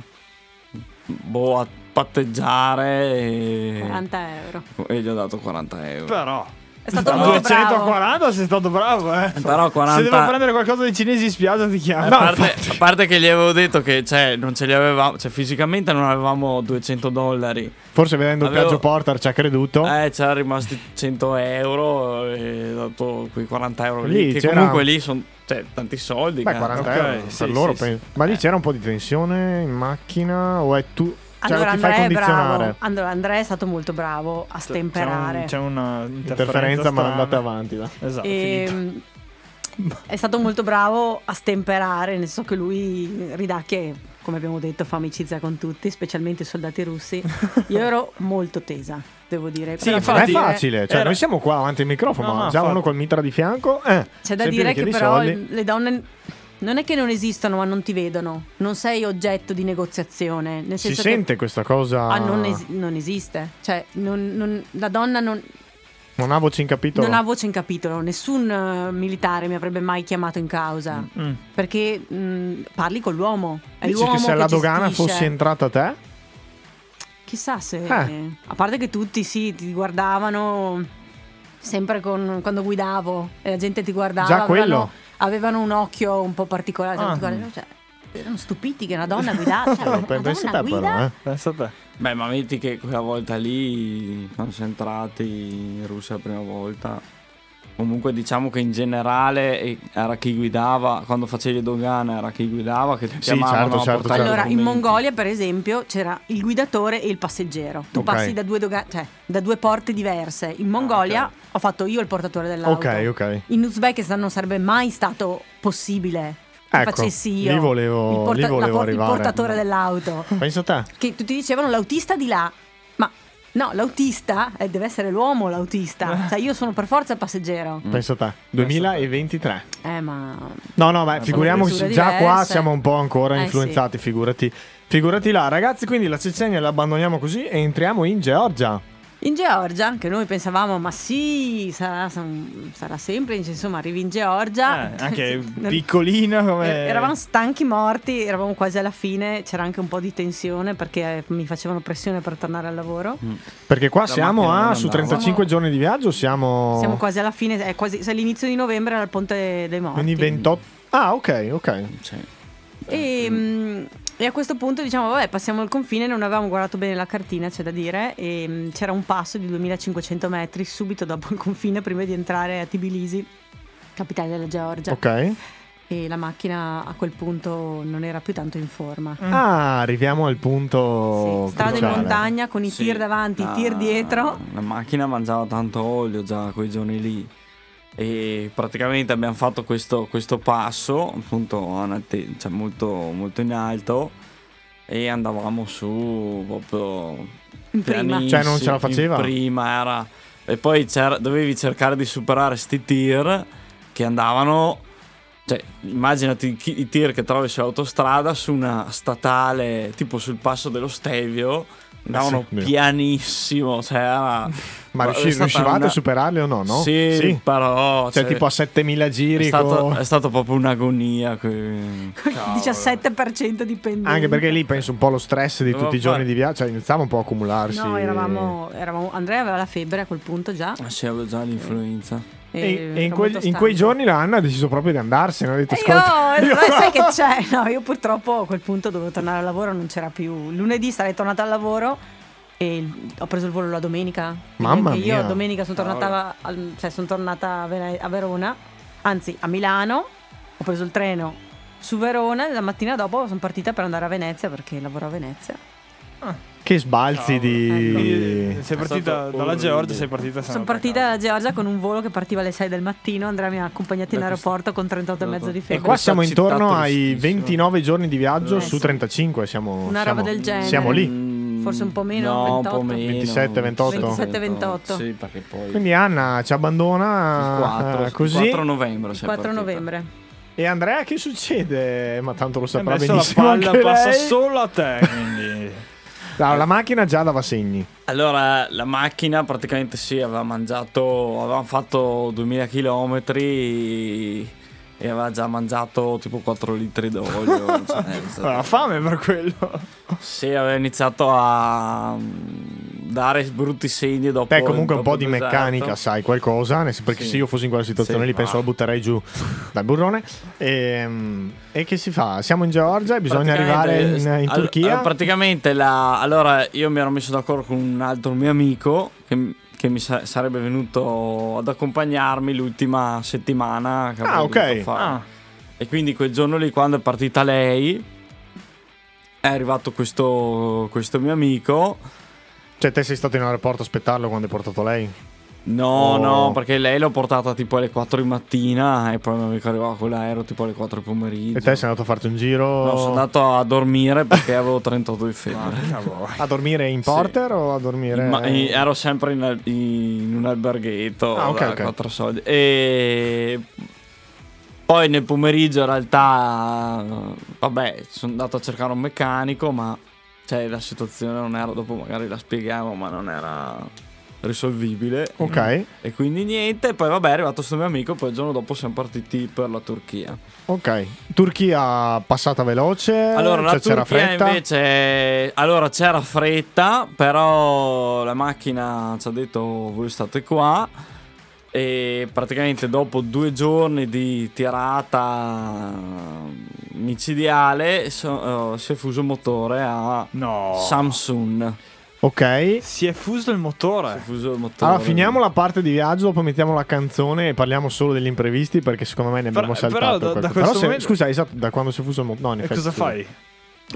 Boh, a patteggiare Eh. e, 40 euro. e gli ho dato 40 euro. Però. È stato Da molto 240 bravo. sei stato bravo, eh. Però 40 Se devo prendere qualcosa dei cinesi in spiaggia ti A chiamo. parte, a parte che gli avevo detto che cioè, non ce li avevamo, cioè, fisicamente non avevamo 200 dollari, Forse vedendo Avevo- il Piaggio Porter ci ha Boh. creduto. eh, c'erano rimasti 100 euro e dato quei 40 euro lì, Lì che c'era- comunque lì sono tanti soldi. Beh, cazzo. 40 ok, euro per sì, loro. sì, Eh. penso. Ma lì c'era un po' di tensione in macchina? O è tu. Cioè, Allora, ti fai Andrea è bravo. condizionare. Allora, Andrea è stato molto bravo a stemperare. C'è, un- c'è una interferenza, Interferenza, ma strana. andate avanti. dai. Esatto. E, finito. mm, è stato molto bravo a stemperare, nel senso che lui ridacchie, come abbiamo detto, fa amicizia con tutti, specialmente i soldati russi. Io ero molto tesa, devo dire. Sì, Però Ma è infatti- facile. Cioè, era- noi siamo qua avanti al microfono. No, ma no, già fa- uno col mitra di fianco. Eh, C'è da se dire gli che chiedi però soldi- le donne non è che non esistono, ma non ti vedono. Non sei oggetto di negoziazione. Nel Si senso che- sente questa cosa. Ah, non, es- non esiste. Cioè, non- non- la donna non, Non ha voce in capitolo. Non ha voce in capitolo, nessun eh, militare mi avrebbe mai chiamato in causa. Perché mh, parli con l'uomo. È Mm, Dici l'uomo che se alla dogana gestisce. fossi entrata te, Chissà se. Eh. A parte che tutti sì, ti guardavano sempre con, quando guidavo e la gente ti guardava. Già avevano- quello. Avevano un occhio un po' particolare. cioè, Ah. ti guardavano, cioè, erano stupiti che una donna guidava. Cioè, Pe- una pensa donna te guida. però, eh. Pensa a te. Beh, ma metti che quella volta lì, quando siamo entrati in Russia la prima volta, comunque diciamo che in generale eh, era chi guidava, quando facevi dogana era chi guidava, che ti Sì, chiamavano certo, a certo, portare certo. i Allora, in documenti. Mongolia, per esempio, c'era il guidatore e il passeggero. Tu Ok. Ah, passi da due, doga- cioè, da due porte diverse. In Mongolia ho fatto io il portatore dell'auto. Ok, ok. In Uzbekistan non sarebbe mai stato possibile che Ecco, facessi io lì volevo- il, porta- lì volevo la por- il arrivare. portatore dell'auto. Pensa a te. che tutti dicevano l'autista di là, ma no, l'autista eh, deve essere l'uomo l'autista. cioè, io sono per forza passeggero. Pensa a te. 2023. Eh, ma No, no, ma figuriamoci, misure già qua diverse. siamo un po' ancora Eh, influenzati, figurati. Figurati là, ragazzi, quindi la Cecenia la abbandoniamo così e entriamo in Georgia. In Georgia, anche noi pensavamo, ma sì, sarà, sarà semplice, insomma, arrivi in Georgia. Eh, anche Non- piccolina come... Eh, er- Eravamo stanchi morti, eravamo quasi alla fine, c'era anche un po' di tensione perché eh, mi facevano pressione per tornare al lavoro. Perché qua siamo macchina non a, su andava. 35 giorni di viaggio, siamo... Siamo quasi alla fine, è quasi se l'inizio di novembre era il ponte dei morti. Quindi 28... Ah, ok, ok. Cioè, eh, E, mm, e a questo punto diciamo, vabbè, passiamo il confine, non avevamo guardato bene la cartina, c'è da dire, e mm, c'era un passo di 2500 metri subito dopo il confine, prima di entrare a Tbilisi, capitale della Georgia. Ok. E la macchina a quel punto non era più tanto in forma. Ah, arriviamo al punto... Mm. Sì, strada in cruciale. montagna con i sì, tir davanti, i la- Ah. tir dietro. La macchina mangiava tanto olio già quei giorni lì. E praticamente abbiamo fatto questo, questo passo, appunto, a una te- cioè, molto, molto in alto. E andavamo su proprio. In prima. pianissimi, Cioè, non ce la faceva? in Prima era. E poi c'era- dovevi cercare di superare sti tir che andavano. Cioè, immaginati chi- i tir che trovi sull'autostrada su una statale, tipo sul passo dello Stevio, andavano Eh, sì. pianissimo. Cioè, era- Ma è riusci- stata riuscivate una- a superarli o no? no? Sì, però. Cioè, tipo a 7000 è giri. stato, con- è stato proprio un'agonia. que- 17% di pendenti. Anche perché lì penso un po' lo stress di Dovevo tutti i giorni fare- di viaggio, cioè iniziava un po' a accumularsi. No, eravamo, eravamo- Andrea aveva la febbre a quel punto già. Ma c'avevo già l'influenza. E, ero e in, quel- molto oh!" in stanca. quei giorni la Anna ha deciso proprio di andarsene. Ha detto, E io, ascolta, io- allora sai che c'è? No, io purtroppo a quel punto dovevo tornare al lavoro, non c'era più. Lunedì sarei tornata al lavoro e il- ho preso il volo la domenica. Quindi Mamma anche mia. Io domenica sono tornata, al- cioè, sono tornata a, Vene- a Verona, anzi a Milano, ho preso il treno su Verona e la mattina dopo sono partita per andare a Venezia perché lavoro a Venezia. Ah, Che sbalzi ecco. Quindi di. sei partita stato dalla Georgia, orribile. sei partita sono partita da Georgia con un volo che partiva alle 6 del mattino, Andrea mi ha accompagnata in Da questo- aeroporto con 38 e mezzo di E febbre. qua siamo Questa intorno città ai tristissima. 29 giorni di viaggio Eh, su sì. 35. Siamo, Una roba siamo- del genere. Siamo lì. Mm, Cioè, Forse un po' meno, no, 28. un po' meno. 27, 28. 27, 28. Sì, perché poi. Quindi Anna ci abbandona il 4, eh, così. 4 novembre. Il sei 4 partita. novembre. E Andrea, che succede? Ma tanto lo E saprà adesso la benissimo. palla Anche passa lei. solo a te, quindi... No, la macchina già dava segni. Allora, la macchina praticamente sì, aveva mangiato, avevamo fatto 2000 km e aveva già mangiato tipo 4 litri d'olio. cioè, è stato- Ah, Ha fame per quello. sì, aveva iniziato a mm, dare brutti segni dopo... Beh, comunque un dopo po' di il deserto. meccanica, sai, qualcosa. nel- Perché Sì. se io fossi in quella situazione Sì, lì, ma- penso la butterei giù dal burrone. E, mm, e che si fa? Siamo in Georgia, bisogna arrivare in, Praticamente, in all- Turchia. allora, praticamente, la, allora io mi ero messo d'accordo con un altro mio amico che, m- che mi sa- sarebbe venuto ad accompagnarmi l'ultima settimana. Che Ah, avrei ok. dovuto fare. Ah. E quindi quel giorno lì, quando è partita lei, è arrivato questo, questo mio amico. Cioè, te sei stato in aeroporto a aspettarlo quando hai portato lei? No, Oh. no, perché lei l'ho portata tipo alle 4 di mattina e poi mi amico arrivava con l'aereo tipo alle 4 di pomeriggio. E te sei andato a farti un giro? No, sono andato a dormire perché avevo 38 di febbre. Ah, A dormire in porter o a dormire? Ma eh, ero sempre in, al- in un alberghetto Ah, ok, da ok. quattro soldi. E poi nel pomeriggio in realtà, vabbè, sono andato a cercare un meccanico, ma cioè, la situazione non era, dopo magari la spieghiamo, ma non era risolvibile. Ok, E quindi niente, poi vabbè è arrivato sto mio amico, poi il giorno dopo siamo partiti per la Turchia. ok. Turchia passata veloce. Allora, la cioè, c'era Turchia fretta. invece. Allora, c'era fretta, però la macchina ci ha detto "Oh, voi state qua. E praticamente dopo due giorni di tirata eh, micidiale so- eh, si è fuso il motore a No. Samsung. Ok. si è fuso il Si è motore. fuso il motore. Allora, finiamo la parte di viaggio, poi mettiamo la canzone e parliamo solo degli imprevisti perché secondo me ne Però- abbiamo però saltato. da- da qualcosa. questo se- momento- Scusa, esatto, da quando si è fuso il mondo. No, in E effetti, cosa sì. fai?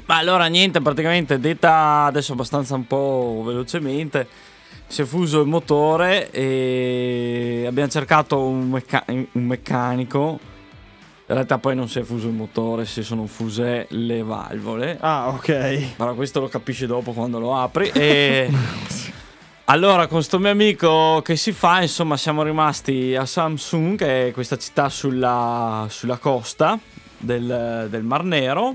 Ma allora niente, praticamente detta adesso abbastanza un po' velocemente, si è fuso il motore e abbiamo cercato un, mecca- un meccanico. In realtà poi non si è fuso il motore, si sono fuse le valvole. Ah, ok. Ma questo lo capisci dopo quando lo apri. E allora, con sto mio amico che si fa, insomma, siamo rimasti a Samsung, che è questa città sulla, sulla costa del, del Mar Nero.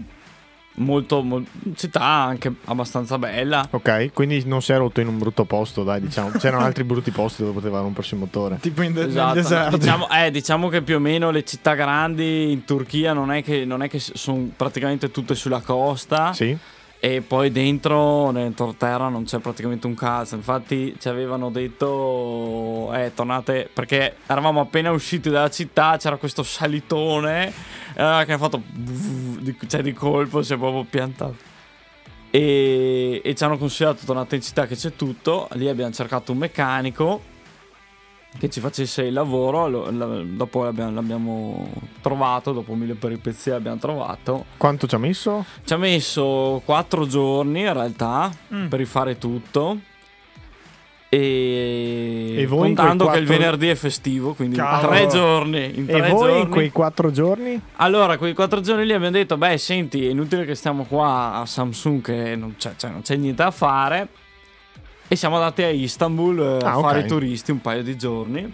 Molto, mol- città anche abbastanza bella. Ok, quindi non si è rotto in un brutto posto, dai, diciamo. C'erano altri brutti posti dove poteva rompersi il motore. Tipo in de- Esatto, nel deserto. diciamo, eh, diciamo che più o meno le città grandi in Turchia non è che, non è che sono praticamente tutte sulla costa. Sì? E poi dentro, dentro terra non c'è praticamente un cazzo. Infatti ci avevano detto, eh, tornate, perché eravamo appena usciti dalla città, c'era questo salitone eh, che ha fatto, vuv, di- cioè di colpo si è proprio piantato. E, e ci hanno consigliato, tornate in città che c'è tutto. Lì abbiamo cercato un meccanico che ci facesse il lavoro. Lo- la- dopo l'abbiamo, l'abbiamo trovato, dopo mille peripezie l'abbiamo trovato. Quanto ci ha messo? Ci ha messo 4 giorni in realtà Mm. per rifare tutto. E, E voi in contando quei che il quattro- venerdì è festivo, quindi in Cavolo. tre giorni. In E tre voi in giorni. quei quattro giorni? Allora, quei 4 giorni lì abbiamo detto: Beh, senti, è inutile che stiamo qua a Samsung, che non c'è, cioè, non c'è niente da fare. E siamo andati a Istanbul eh, a Ah, ok. fare i turisti un paio di giorni.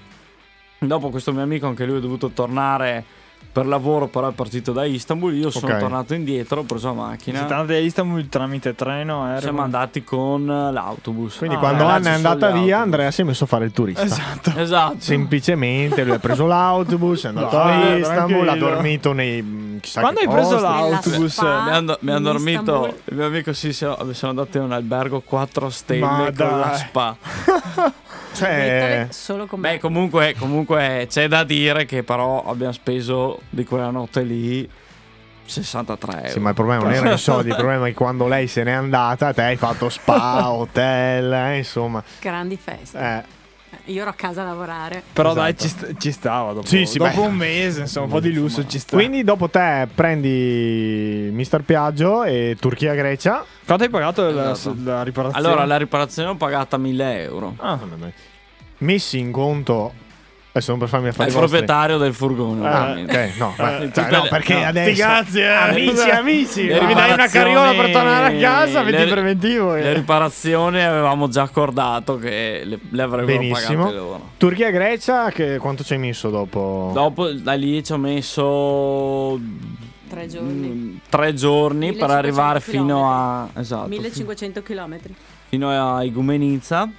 Dopo questo mio amico, anche lui è dovuto tornare Per lavoro però è partito da Istanbul, io sono Ok. tornato indietro, ho preso la macchina. Siete andati a Istanbul tramite treno, eh, aereo. Siamo andati con eh, l'autobus. Quindi Ah, quando eh, Anna è ragazzi, andata sull'autobus. via, Andrea si è messo a fare il turista. Esatto. Esatto. Semplicemente lui ha preso l'autobus, è andato No, a eh, Istanbul, ha tranquillo. dormito nei mh, chissà Quando che hai preso posti. l'autobus? eh, Nella spa. Mi hanno, mi hanno In dormito, Istanbul. il mio amico sì, siamo, siamo andati in un albergo 4 Ma stelle dai. con la spa. Cioè, Mettere solo con Beh, me. comunque, comunque c'è da dire che però abbiamo speso di quella notte lì 63 euro. sì, ma il problema cioè. non erano i soldi, il problema è che quando lei se n'è andata, te hai fatto spa, hotel, eh, insomma. Grandi feste. Eh, Io ero a casa a lavorare. Però Esatto. dai, ci, st- ci stava dopo, Sì, sì, dopo beh. un mese, insomma, un po' di lusso ci stava. Quindi dopo te prendi Mister Piaggio e Turchia-Grecia. quanto hai pagato la, Esatto. la riparazione? Allora, la riparazione ho pagata 1000 euro. Ah, Messi in conto, adesso non per farmi Al affari vostri. proprietario del furgone, Ah, ovviamente. ok, no, beh, Eh, cioè, tutte no, le- perché no. eh. adesso amici, amici, Le mi dai una riparazioni- carriola per tornare a casa, avete le- il preventivo. eh. Le riparazioni avevamo già accordato che le, le avrebbero Benissimo. pagate loro. Turchia-Grecia, che quanto ci hai messo dopo? Dopo da lì ci ho messo Tre giorni. mm, tre giorni per 1500 arrivare fino a esatto, 1500 km. fino a Igumenica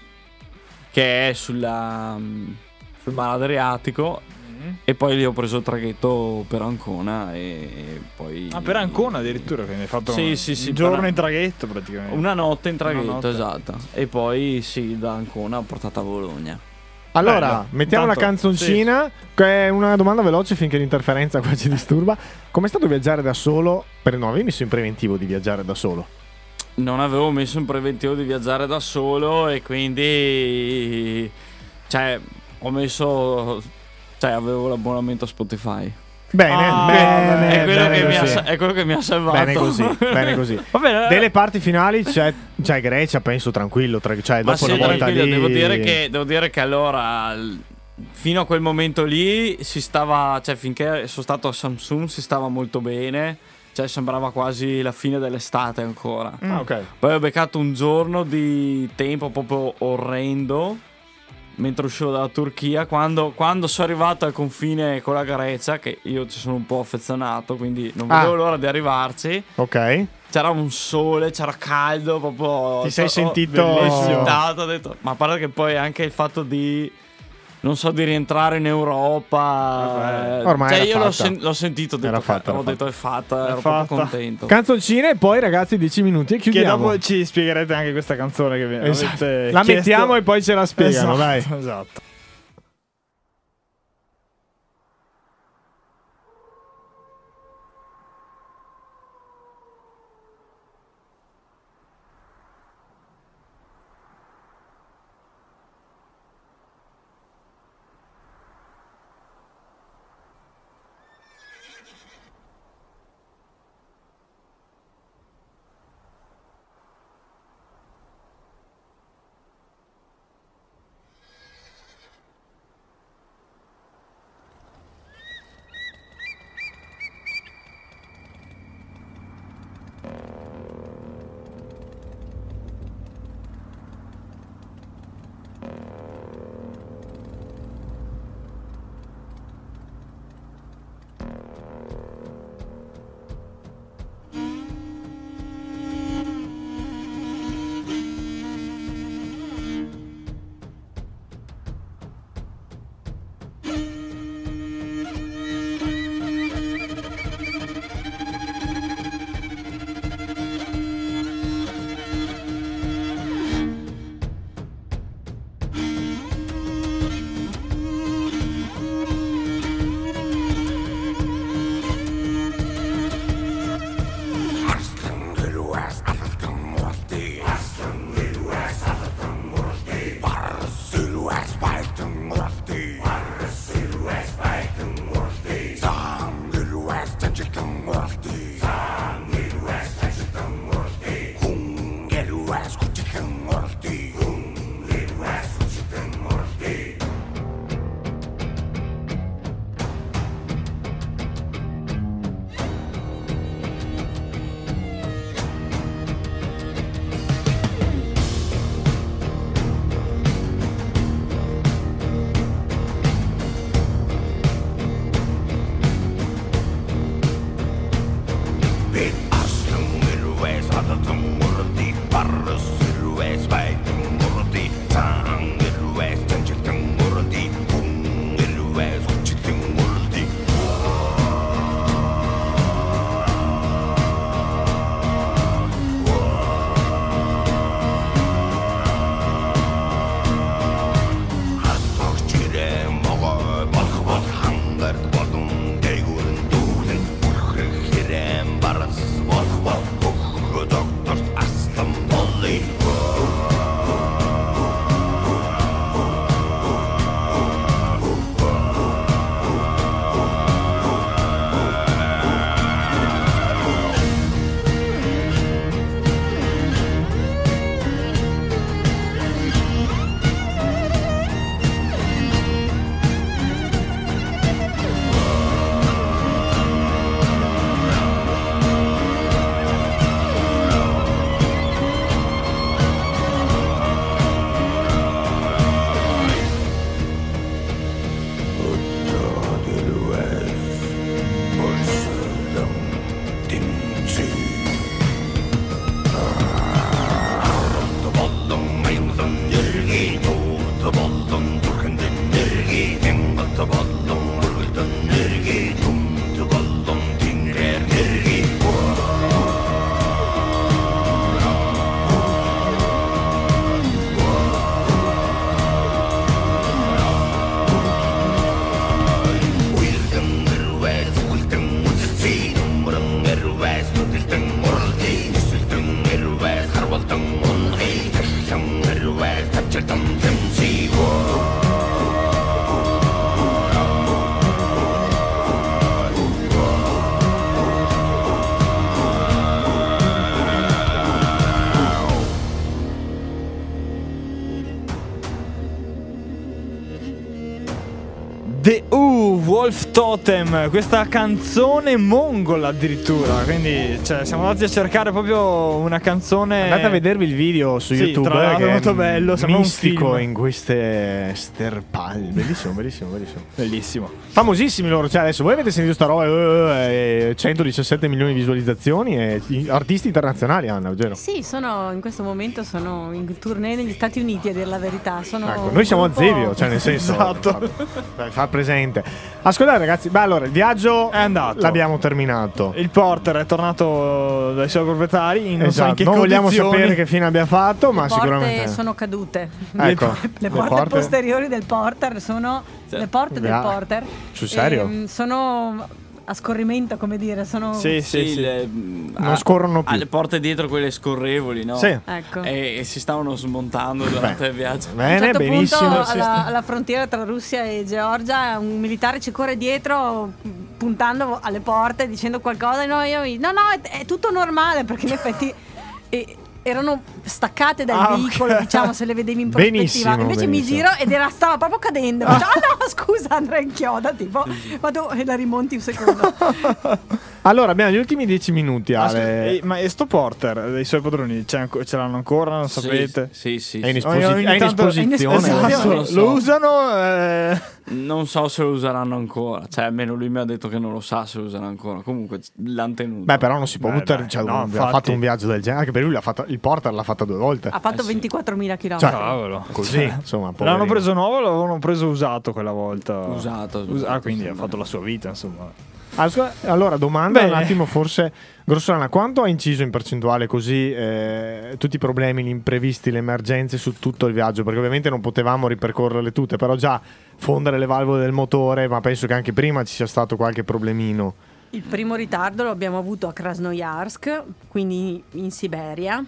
che è sulla, mm, sul Mar Adriatico Mhm. e poi lì ho preso il traghetto per Ancona e poi Ah, per Ancona addirittura, quindi hai fatto Sì, un, sì, sì, un giorno per- in traghetto praticamente. una notte in traghetto, notte. esatto. E poi sì, da Ancona ho portato a Bologna. Allora, Bello. mettiamo la Intanto- canzoncina. Che è una domanda veloce finché l'interferenza qua ci disturba. Com'è stato viaggiare da solo? Per no, avevi messo in preventivo di viaggiare da solo. non avevo messo in preventivo di viaggiare da solo e quindi cioè ho messo cioè avevo l'abbonamento a Spotify Bene, Ah, bene, è, quello bene che mi ha, così. sa- è quello che mi ha salvato Bene così, bene così. Va bene, Delle parti finali c'è, c'è Grecia, penso tranquillo, tra- cioè ma dopo sì, una volta tranquillo, lì... devo dire che devo dire che allora l- fino a quel momento lì si stava cioè finché sono stato a Samsung si stava molto bene cioè sembrava quasi la fine dell'estate ancora Ah, ok. Poi ho beccato un giorno di tempo proprio orrendo mentre uscivo dalla Turchia. Quando, quando sono arrivato al confine con la Grecia, che io ci sono un po' affezionato, quindi non Ah. vedevo l'ora di arrivarci. Ok. C'era un sole, c'era caldo, proprio. Ti sei ho- sentito- ho eccitato, ho detto. Ma a parte che poi anche il fatto di. Non so, di rientrare in Europa. eh, Ormai cioè, era io l'ho, fatta. l'ho sentito, ho detto, Era fatta, ho era detto è fatta, ero fatta. proprio contento. Canzoncina e poi ragazzi 10 minuti e che chiudiamo. dopo ci spiegherete anche questa canzone che vi Esatto. avete La chiesto. mettiamo e poi ce la spiegano, Esatto, dai. Esatto. lì. The U Wolf Totem, questa canzone mongola addirittura, quindi cioè, siamo andati a cercare proprio una canzone... Andate a vedervi il video su Sì, YouTube. tra l'altro che è molto bello, sembra un mistico film. in queste sterpali. Bellissimo, bellissimo, bellissimo. Bellissimo. Famosissimi loro, cioè adesso voi avete sentito sta roba, eh, eh, 117 milioni di visualizzazioni e i- artisti internazionali Anna, vero? Sì, sono in questo momento sono in tournée negli Stati Uniti a dir la verità. Sono Ecco, un noi siamo a gruppo- Zevio, cioè nel senso... Esatto. Fa, fa presente. Ascoltate ragazzi, beh allora il viaggio È andato. L'abbiamo terminato. Il porter è tornato dai suoi proprietari, in non so in Esatto, che non vogliamo condizioni. sapere che fine abbia fatto, ma Le sicuramente... porte sono cadute. Ecco, le, le porte posteriori del porter sono le porte del Ah, porter. sul serio? ehm, sono a scorrimento, come dire, sono Sì, sì, sì. le- Non scorrono più. Alle ah, porte dietro quelle scorrevoli, no? Sì. Ecco. E, e si stavano smontando durante il viaggio. A un Bene, certo benissimo. punto alla, alla frontiera tra Russia e Georgia un militare ci corre dietro puntando alle porte dicendo qualcosa e noi io mi- no no è, è tutto normale perché in effetti eh, erano staccate dal Ah, ok. veicolo diciamo se le vedevi in prospettiva Benissimo, invece benissimo. mi giro ed era stava proprio cadendo ah. no scusa Andrea inchioda tipo vado e la rimonti un secondo Allora, abbiamo gli ultimi 10 minuti, Ah, Ale. scusa, e- ma e sto porter dei suoi padroni c'è anco- ce l'hanno ancora? Non Sì, sapete? Sì, sì. È in, sì. esposi- Ogni- ogni è in tanto- esposizione. Esatto, non lo, lo so. usano. eh, Non so se lo useranno ancora. Cioè, almeno lui mi ha detto che non lo sa se lo useranno ancora. Comunque, l'hanno tenuto. Beh, però non si può Beh, buttare. Eh, beh, cioè, no, un- ha infatti. fatto un viaggio del genere. Anche per lui l'ha fatta- il porter l'ha fatta due volte. ha fatto 24.000 km Eh Cioè, cavolo. così, insomma. L'hanno poverino. preso nuovo o l'avevano preso usato quella volta? Usato, Us- ah, usato, quindi sì, ha ma- fatto la sua vita, insomma. Ah, scusa, Allora, domanda Bene. un attimo, forse grossolana, quanto ha inciso in percentuale così eh, tutti i problemi, gli imprevisti, le emergenze su tutto il viaggio? Perché ovviamente non potevamo ripercorrerle tutte, però già fondere le valvole del motore, ma penso che anche prima ci sia stato qualche problemino. Il primo ritardo lo abbiamo avuto a Krasnoyarsk, quindi in Siberia,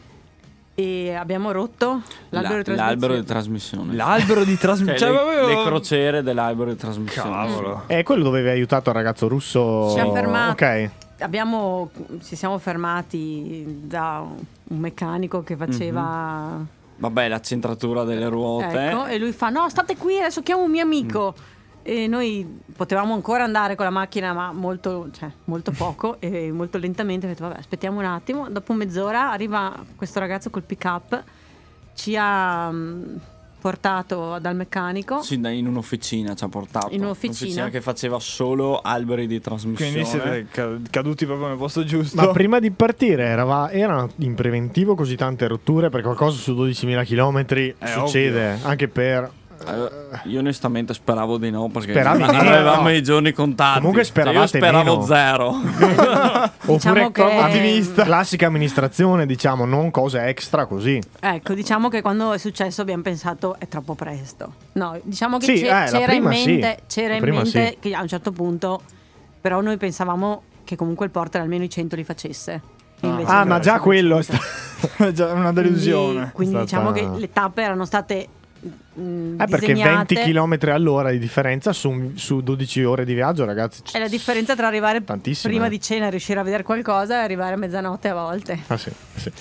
e abbiamo rotto La- l'albero di l'albero di trasmissione. trasmissione. L'albero di Cioè, trasmissione. le, le crociere dell'albero di trasmissione. Cavolo. E quello dove vi ha aiutato il ragazzo russo? Ci ha fermato. Ok. Abbiamo, ci siamo fermati da un meccanico che faceva... Mhm. Vabbè, la centratura delle ruote. Ecco, e lui fa, no, state qui, adesso chiamo un mio amico. E noi potevamo ancora andare con la macchina, ma molto, cioè, molto poco e molto lentamente. Ho detto, vabbè, aspettiamo un attimo. Dopo mezz'ora arriva questo ragazzo col pick up, ci ha mm, portato dal meccanico. Sì, da- in un'officina ci ha portato. In un'officina. che faceva solo alberi di trasmissione. Quindi siete ca- caduti proprio nel posto giusto. Ma prima di partire erava- erano in preventivo così tante rotture perché qualcosa su 12.000 km succede anche per Allora, io onestamente speravo di no perché Speravi di no. avevamo No. i giorni contati. Comunque Cioè, speravate Io speravo meno. zero. Diciamo oppure che- troppo attivista. classica amministrazione, diciamo, non cose extra così. Ecco, diciamo che quando è successo abbiamo pensato è troppo presto. No, diciamo che Sì, c'è- eh, la c'era in prima sì. mente, c'era La in prima mente sì. che a un certo punto, però noi pensavamo che comunque il porter almeno i 100 li facesse. Invece Ah, no. ma già quello è sta- già una delusione. Quindi, quindi È diciamo stata- che le tappe erano state mh, Eh, perché disegnate 20 km all'ora di differenza su, un- su 12 ore di viaggio, ragazzi. È la differenza tra arrivare Tantissimo, prima eh. di cena e riuscire a vedere qualcosa e arrivare a mezzanotte a volte. Ah, sì, sì.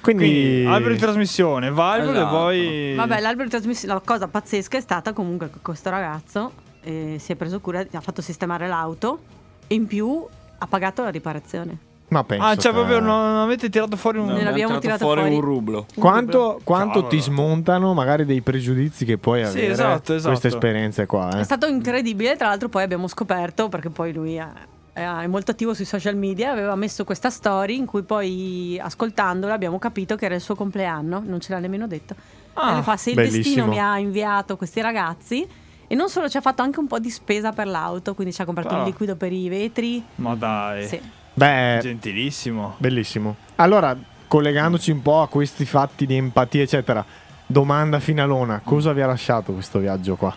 Quindi, Quindi, ah, albero di trasmissione, valvole Esatto. e poi. Vabbè, l'albero di trasmissione, la cosa pazzesca è stata comunque che questo ragazzo eh, si è preso cura, ha fatto sistemare l'auto e in più ha pagato la riparazione. ma penso ah, cioè, te- proprio non, non avete tirato fuori un. No. abbiamo abbiamo tirato fuori, fuori. un rublo. Quanto, quanto Cavolo. ti smontano magari dei pregiudizi che puoi Sì, avere esatto, esatto. queste esperienze qua? eh. È stato incredibile, tra l'altro poi abbiamo scoperto, perché poi lui è, è molto attivo sui social media, aveva messo questa story in cui poi ascoltandola abbiamo capito che era il suo compleanno, non ce l'ha nemmeno detto. Ah, e lui fa, se il bellissimo. destino mi ha inviato questi ragazzi e non solo ci ha fatto anche un po' di spesa per l'auto, quindi ci ha comprato Ah. Eh. il liquido per i vetri. Ma dai, Sì. Beh, gentilissimo. bellissimo. Allora, collegandoci un po' a questi fatti di empatia, eccetera, domanda finalona: cosa vi ha lasciato questo viaggio qua?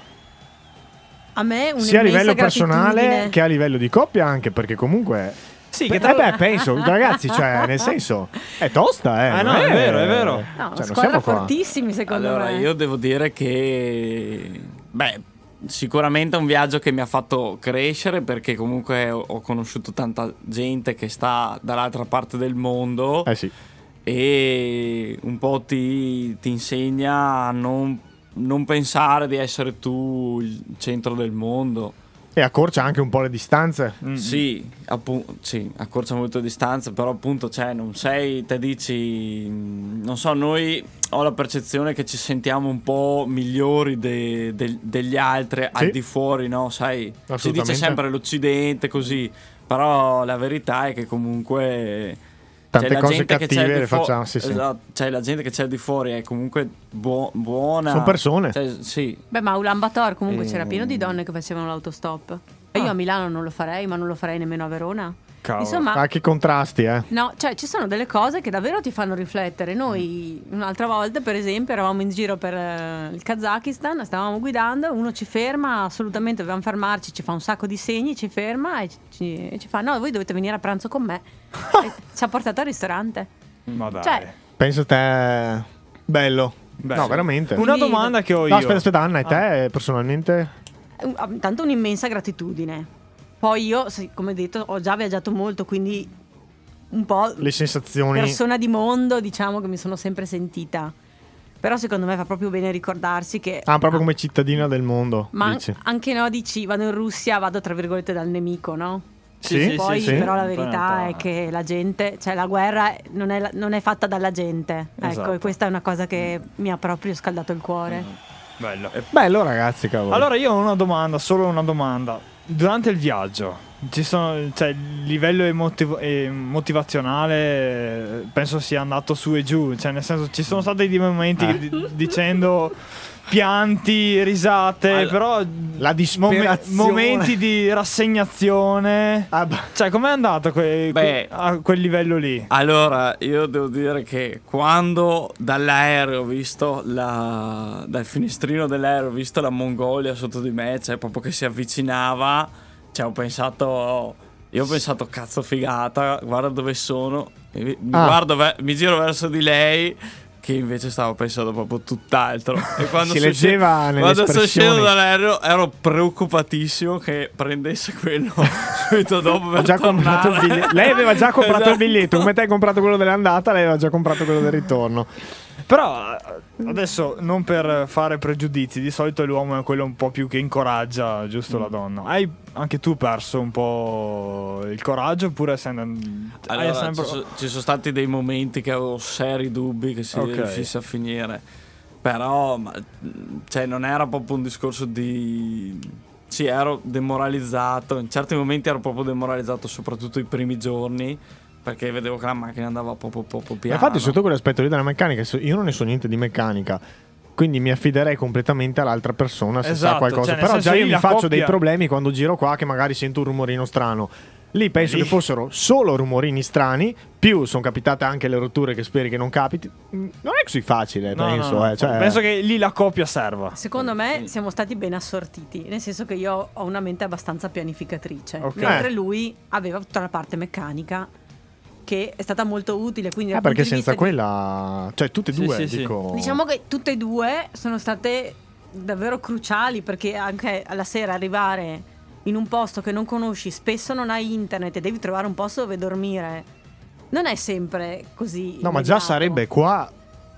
A me un Sia a livello personale che a livello di coppia, anche perché comunque. Sì, Eh che tra beh, penso, ragazzi, cioè, nel senso, è tosta, eh. Ah, no, non è vero, è vero. No, No, cioè, non squadra siamo qua. fortissimi secondo allora, me. io devo dire che. Beh, sicuramente è un viaggio che mi ha fatto crescere perché comunque ho- ho conosciuto tanta gente che sta dall'altra parte del mondo Eh sì. e un po' ti, ti insegna a non, non pensare di essere tu il centro del mondo. E accorcia anche un po' le distanze. Sì, appunto, sì, accorcia molto la distanza, però appunto, cioè, non sei, te dici, mh, non so, noi ho la percezione che ci sentiamo un po' migliori de- del- degli altri al Sì. di fuori, no? Sai, si Assolutamente. dice sempre l'Occidente così, però la verità è che comunque... Tante c'è la cose gente che c'è al cattive di le fuo- facciamo, sì, sì. Esatto, cioè la gente che c'è al di fuori è comunque buo- buona. Sono persone. Cioè, sì, Beh, ma Ulan Bator comunque Eh. c'era pieno di donne che facevano l'autostop. E Ah. io a Milano non lo farei, ma non lo farei nemmeno a Verona. Cavolo. Insomma, Ah, che contrasti, eh. no, cioè ci sono delle cose che davvero ti fanno riflettere. Noi Mm. un'altra volta, per esempio, eravamo in giro per eh, il Kazakistan, stavamo guidando, uno ci ferma, assolutamente dobbiamo fermarci, ci fa un sacco di segni, ci ferma e ci, e ci fa "No, voi dovete venire a pranzo con me". E ci ha portato al ristorante. Ma dai. Cioè, Penso te. Bello. Bello. no, veramente. Una Sì. domanda che ho io. No, aspetta, aspetta, Anna, e te eh, personalmente? Un- ah, intanto un'immensa gratitudine. Poi io, sì, come detto, ho già viaggiato molto, quindi un po' Le sensazioni. persona di mondo, diciamo che mi sono sempre sentita. Però secondo me fa proprio bene ricordarsi che ah, proprio come cittadina del mondo. ma an- dici. anche no, dici vado in Russia, vado tra virgolette dal nemico, no? Sì, sì, Poi sì. però la Poi in verità è realtà- che la gente, cioè la guerra non è, non è fatta dalla gente. Ecco, Esatto. e questa è una cosa che mi ha proprio scaldato il Mm. cuore. Eh, Bello. Bello, ragazzi, cavolo. Allora io ho una domanda, solo una domanda. Durante il viaggio ci sono, cioè, il livello emotiv- eh, motivazionale eh, penso sia andato su e giù, cioè nel senso ci sono stati dei momenti che di- dicendo pianti, risate, Alla- però mom- la disperazione. momenti di rassegnazione. Ah, bah. Cioè com'è andato que- Beh. a quel livello lì? Allora, io devo dire che quando dall'aereo ho visto la... dal finestrino dell'aereo ho visto la Mongolia sotto di me, cioè proprio che si avvicinava, cioè ho pensato, io ho pensato cazzo figata, guarda dove sono, E mi, mi Ah. guardo ve- mi giro verso di lei che invece stavo pensando proprio tutt'altro. E quando Si sono sce- leggeva nelle Quando sono espressioni. sceso dall'aereo ero preoccupatissimo che prendesse quello subito dopo per Ho già comprato il tornare. biglietto. Lei aveva già comprato il Esatto. biglietto. Come te hai comprato quello dell'andata, lei aveva già comprato quello del ritorno. Però eh, adesso non per fare pregiudizi, di solito l'uomo è quello un po' più che incoraggia, giusto Mm. la donna. Hai anche tu perso un po' il coraggio oppure sei and- Allora, hai sempre... ci, so- ci sono stati dei momenti che avevo seri dubbi che si Ok. riuscisse a finire, però ma- cioè, non era proprio un discorso di... Sì, ero demoralizzato, in certi momenti ero proprio demoralizzato, soprattutto i primi giorni, perché vedevo che la macchina andava proprio, proprio Ma piano. Infatti, sotto quell'aspetto lì della meccanica, so- io non ne so niente di meccanica. Quindi mi affiderei completamente all'altra persona se Esatto, sa qualcosa. cioè, nel Però senso già lì io mi la faccio dei coppia- problemi quando giro qua che magari sento un rumorino strano. Lì penso Lì. che fossero solo rumorini strani, più sono capitate anche le rotture che speri che non capiti. Mm, Non è così facile, No, no, penso. no, eh, cioè- penso che lì la coppia serva. Secondo me siamo stati ben assortiti, nel senso che io ho una mente abbastanza pianificatrice, Ok. mentre Eh. lui aveva tutta la parte meccanica che è stata molto utile. Quindi Ah, dal punto perché di vista senza di- quella, cioè tutte e Sì, due, sì, sì. dico. Diciamo che tutte e due sono state davvero cruciali perché anche alla sera arrivare in un posto che non conosci, spesso non hai internet e devi trovare un posto dove dormire. Non è sempre così. No, ma già immediato. sarebbe qua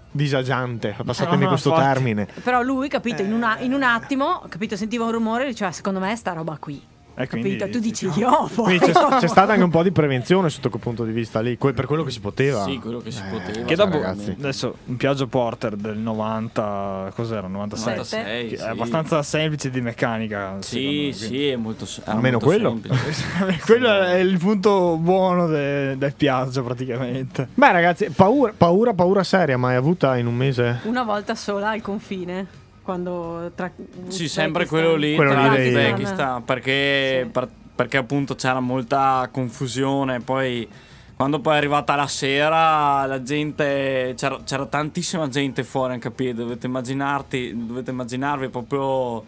disagiante, passatemi no, questo infatti. termine. Però lui, capito, in, una- Eh. in un attimo, capito, sentiva un rumore e diceva, secondo me è sta roba qui. E quindi- diciamo capito? Tu dici, io poi. diciamo. Quindi c'è, c'è stata anche un po' di prevenzione sotto quel punto di vista lì, que- per quello che si poteva. Eh, Sì, quello che si poteva. Che da Cioè, dopo, ragazzi. adesso, un Piaggio Porter del 90, cos'era? 96? 96, Che sì. È abbastanza semplice di meccanica. Sì, secondo me, sì, è molto se- era Almeno molto quello. semplice. quindi. Quello è il punto buono de- del Piaggio praticamente. Beh, Eh, ragazzi, paura, paura, paura seria, mai avuta in un mese? Una volta sola al confine. Quando tra. sì, sempre Uzbekistan- quello lì, Quello tra lì dei- Uzbekistan, perché, Sì. per- perché appunto c'era molta confusione, poi quando poi è arrivata la sera la gente, c'era, c'era tantissima gente fuori anche a piedi, dovete immaginarti, dovete immaginarvi proprio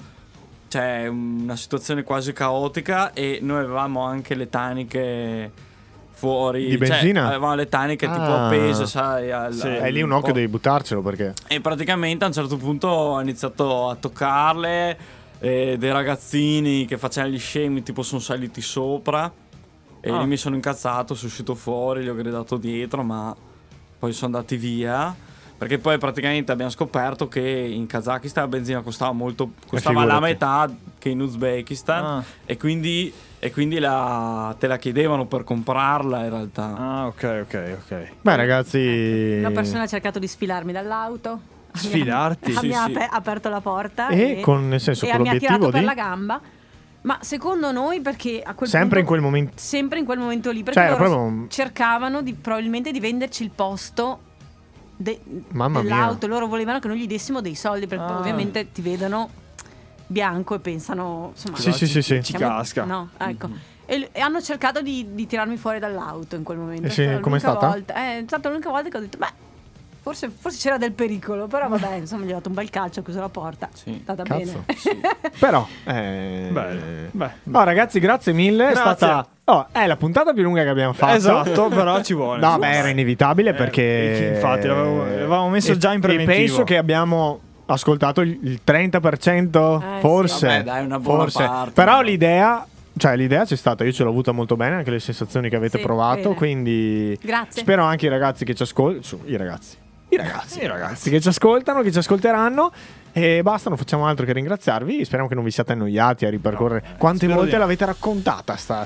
cioè, una situazione quasi caotica e noi avevamo anche le taniche fuori, Di cioè, benzina? avevamo le taniche tipo Ah. appese, sai, al- Sì, al- È lì un occhio po- devi buttarcelo perché. e praticamente a un certo punto ho iniziato a toccarle. eh, dei ragazzini che facevano gli scemi, tipo sono saliti sopra. E Ah. lì mi sono incazzato, sono uscito fuori, gli ho gridato dietro, ma poi sono andati via. Perché poi praticamente abbiamo scoperto che in Kazakistan la benzina costava molto. costava la figurati. metà che in Uzbekistan. Eh, Ah. E quindi, e quindi la- te la chiedevano per comprarla in realtà. Ah, ok, ok, ok. Beh, ragazzi. Una persona ha cercato di sfilarmi dall'auto. Sfilarti? Ah, Sì, mi ha sì. ape- aperto la porta E con- nel senso, e con mi ha tirato l'obiettivo per di- la gamba. Ma secondo noi, perché a quel punto- Sempre in quel momento. sempre in quel momento lì, perché Cioè, era loro proprio un- cercavano di, probabilmente di venderci il posto de- Mamma mia. dell'auto. Loro volevano che noi gli dessimo dei soldi, perché poi ovviamente ti vedono bianco e pensano, insomma, Sì, sì, sì, sì. Ci siamo- casca. No, ecco. E, l- e hanno cercato di, di tirarmi fuori dall'auto in quel momento. Eh sì, l'unica com'è stata? volta- eh, è stata l'unica volta che ho detto, beh, forse, forse c'era del pericolo, però vabbè, insomma, gli ho dato un bel calcio, ho chiuso la porta. Sì. È stata Cazzo. bene. Però. Eh... Beh, beh. No, ragazzi, grazie mille. È Grazie. stata. Oh, è la puntata più lunga che abbiamo fatto. Esatto, però ci vuole. No, beh, era inevitabile Eh, perché. infatti, l'avevo- l'avevamo messo E- già in preventivo. E penso che abbiamo ascoltato il il 30%, Eh, forse. sì. Vabbè, dai, una buona forse. parte. Però l'idea. Cioè, l'idea c'è stata, io ce l'ho avuta molto bene, anche le sensazioni che avete Sì, provato. bene. Quindi. Grazie. Spero anche i ragazzi che ci ascoltano. I ragazzi. I ragazzi. Sì, ragazzi. ragazzi che ci ascoltano, che ci ascolteranno. E basta, non facciamo altro che ringraziarvi. Speriamo che non vi siate annoiati a ripercorrere. Quante spero di volte no. l'avete raccontata? Sta...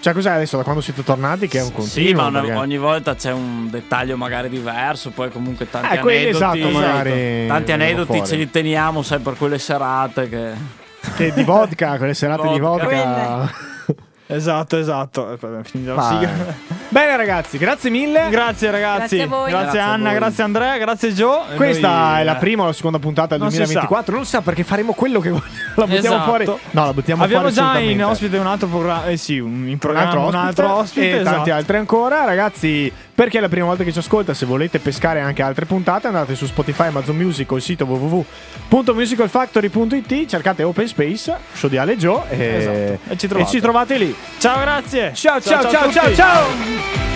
Cioè, cos'è adesso da quando siete tornati? Che è un continuo. Sì, ma una- perché- ogni volta c'è un dettaglio magari diverso, poi comunque tanti Eh, quelli aneddoti. esatto, magari Tanti vengono aneddoti fuori. ce li teniamo, sai, per quelle serate che... Che di vodka, quelle serate di Vodka. vodka. Esatto, esatto. Eh, vabbè, Finita la Vai. sigla. Bene, ragazzi, grazie mille. Grazie ragazzi. Grazie a voi. Grazie, Grazie a Anna, voi. grazie Andrea, grazie Gio. E Questa noi, è la eh, prima o la seconda puntata del Non si 2024. Non si sa perché faremo quello che vogliamo. La buttiamo Esatto. fuori. No, la buttiamo Abbiamo fuori. già in assolutamente. ospite un altro programma. Eh sì, un, in Un programma altro ospite, ospite, e tanti esatto. altri ancora, ragazzi. Perché è la prima volta che ci ascolta, se volete pescare anche altre puntate, andate su Spotify, Amazon Music o il sito www.musicalfactory.it, cercate Open Space, show di Ale Joe e, Esatto. E ci trovate. trovate lì. Ciao, grazie. ciao ciao ciao. a ciao, tutti. ciao.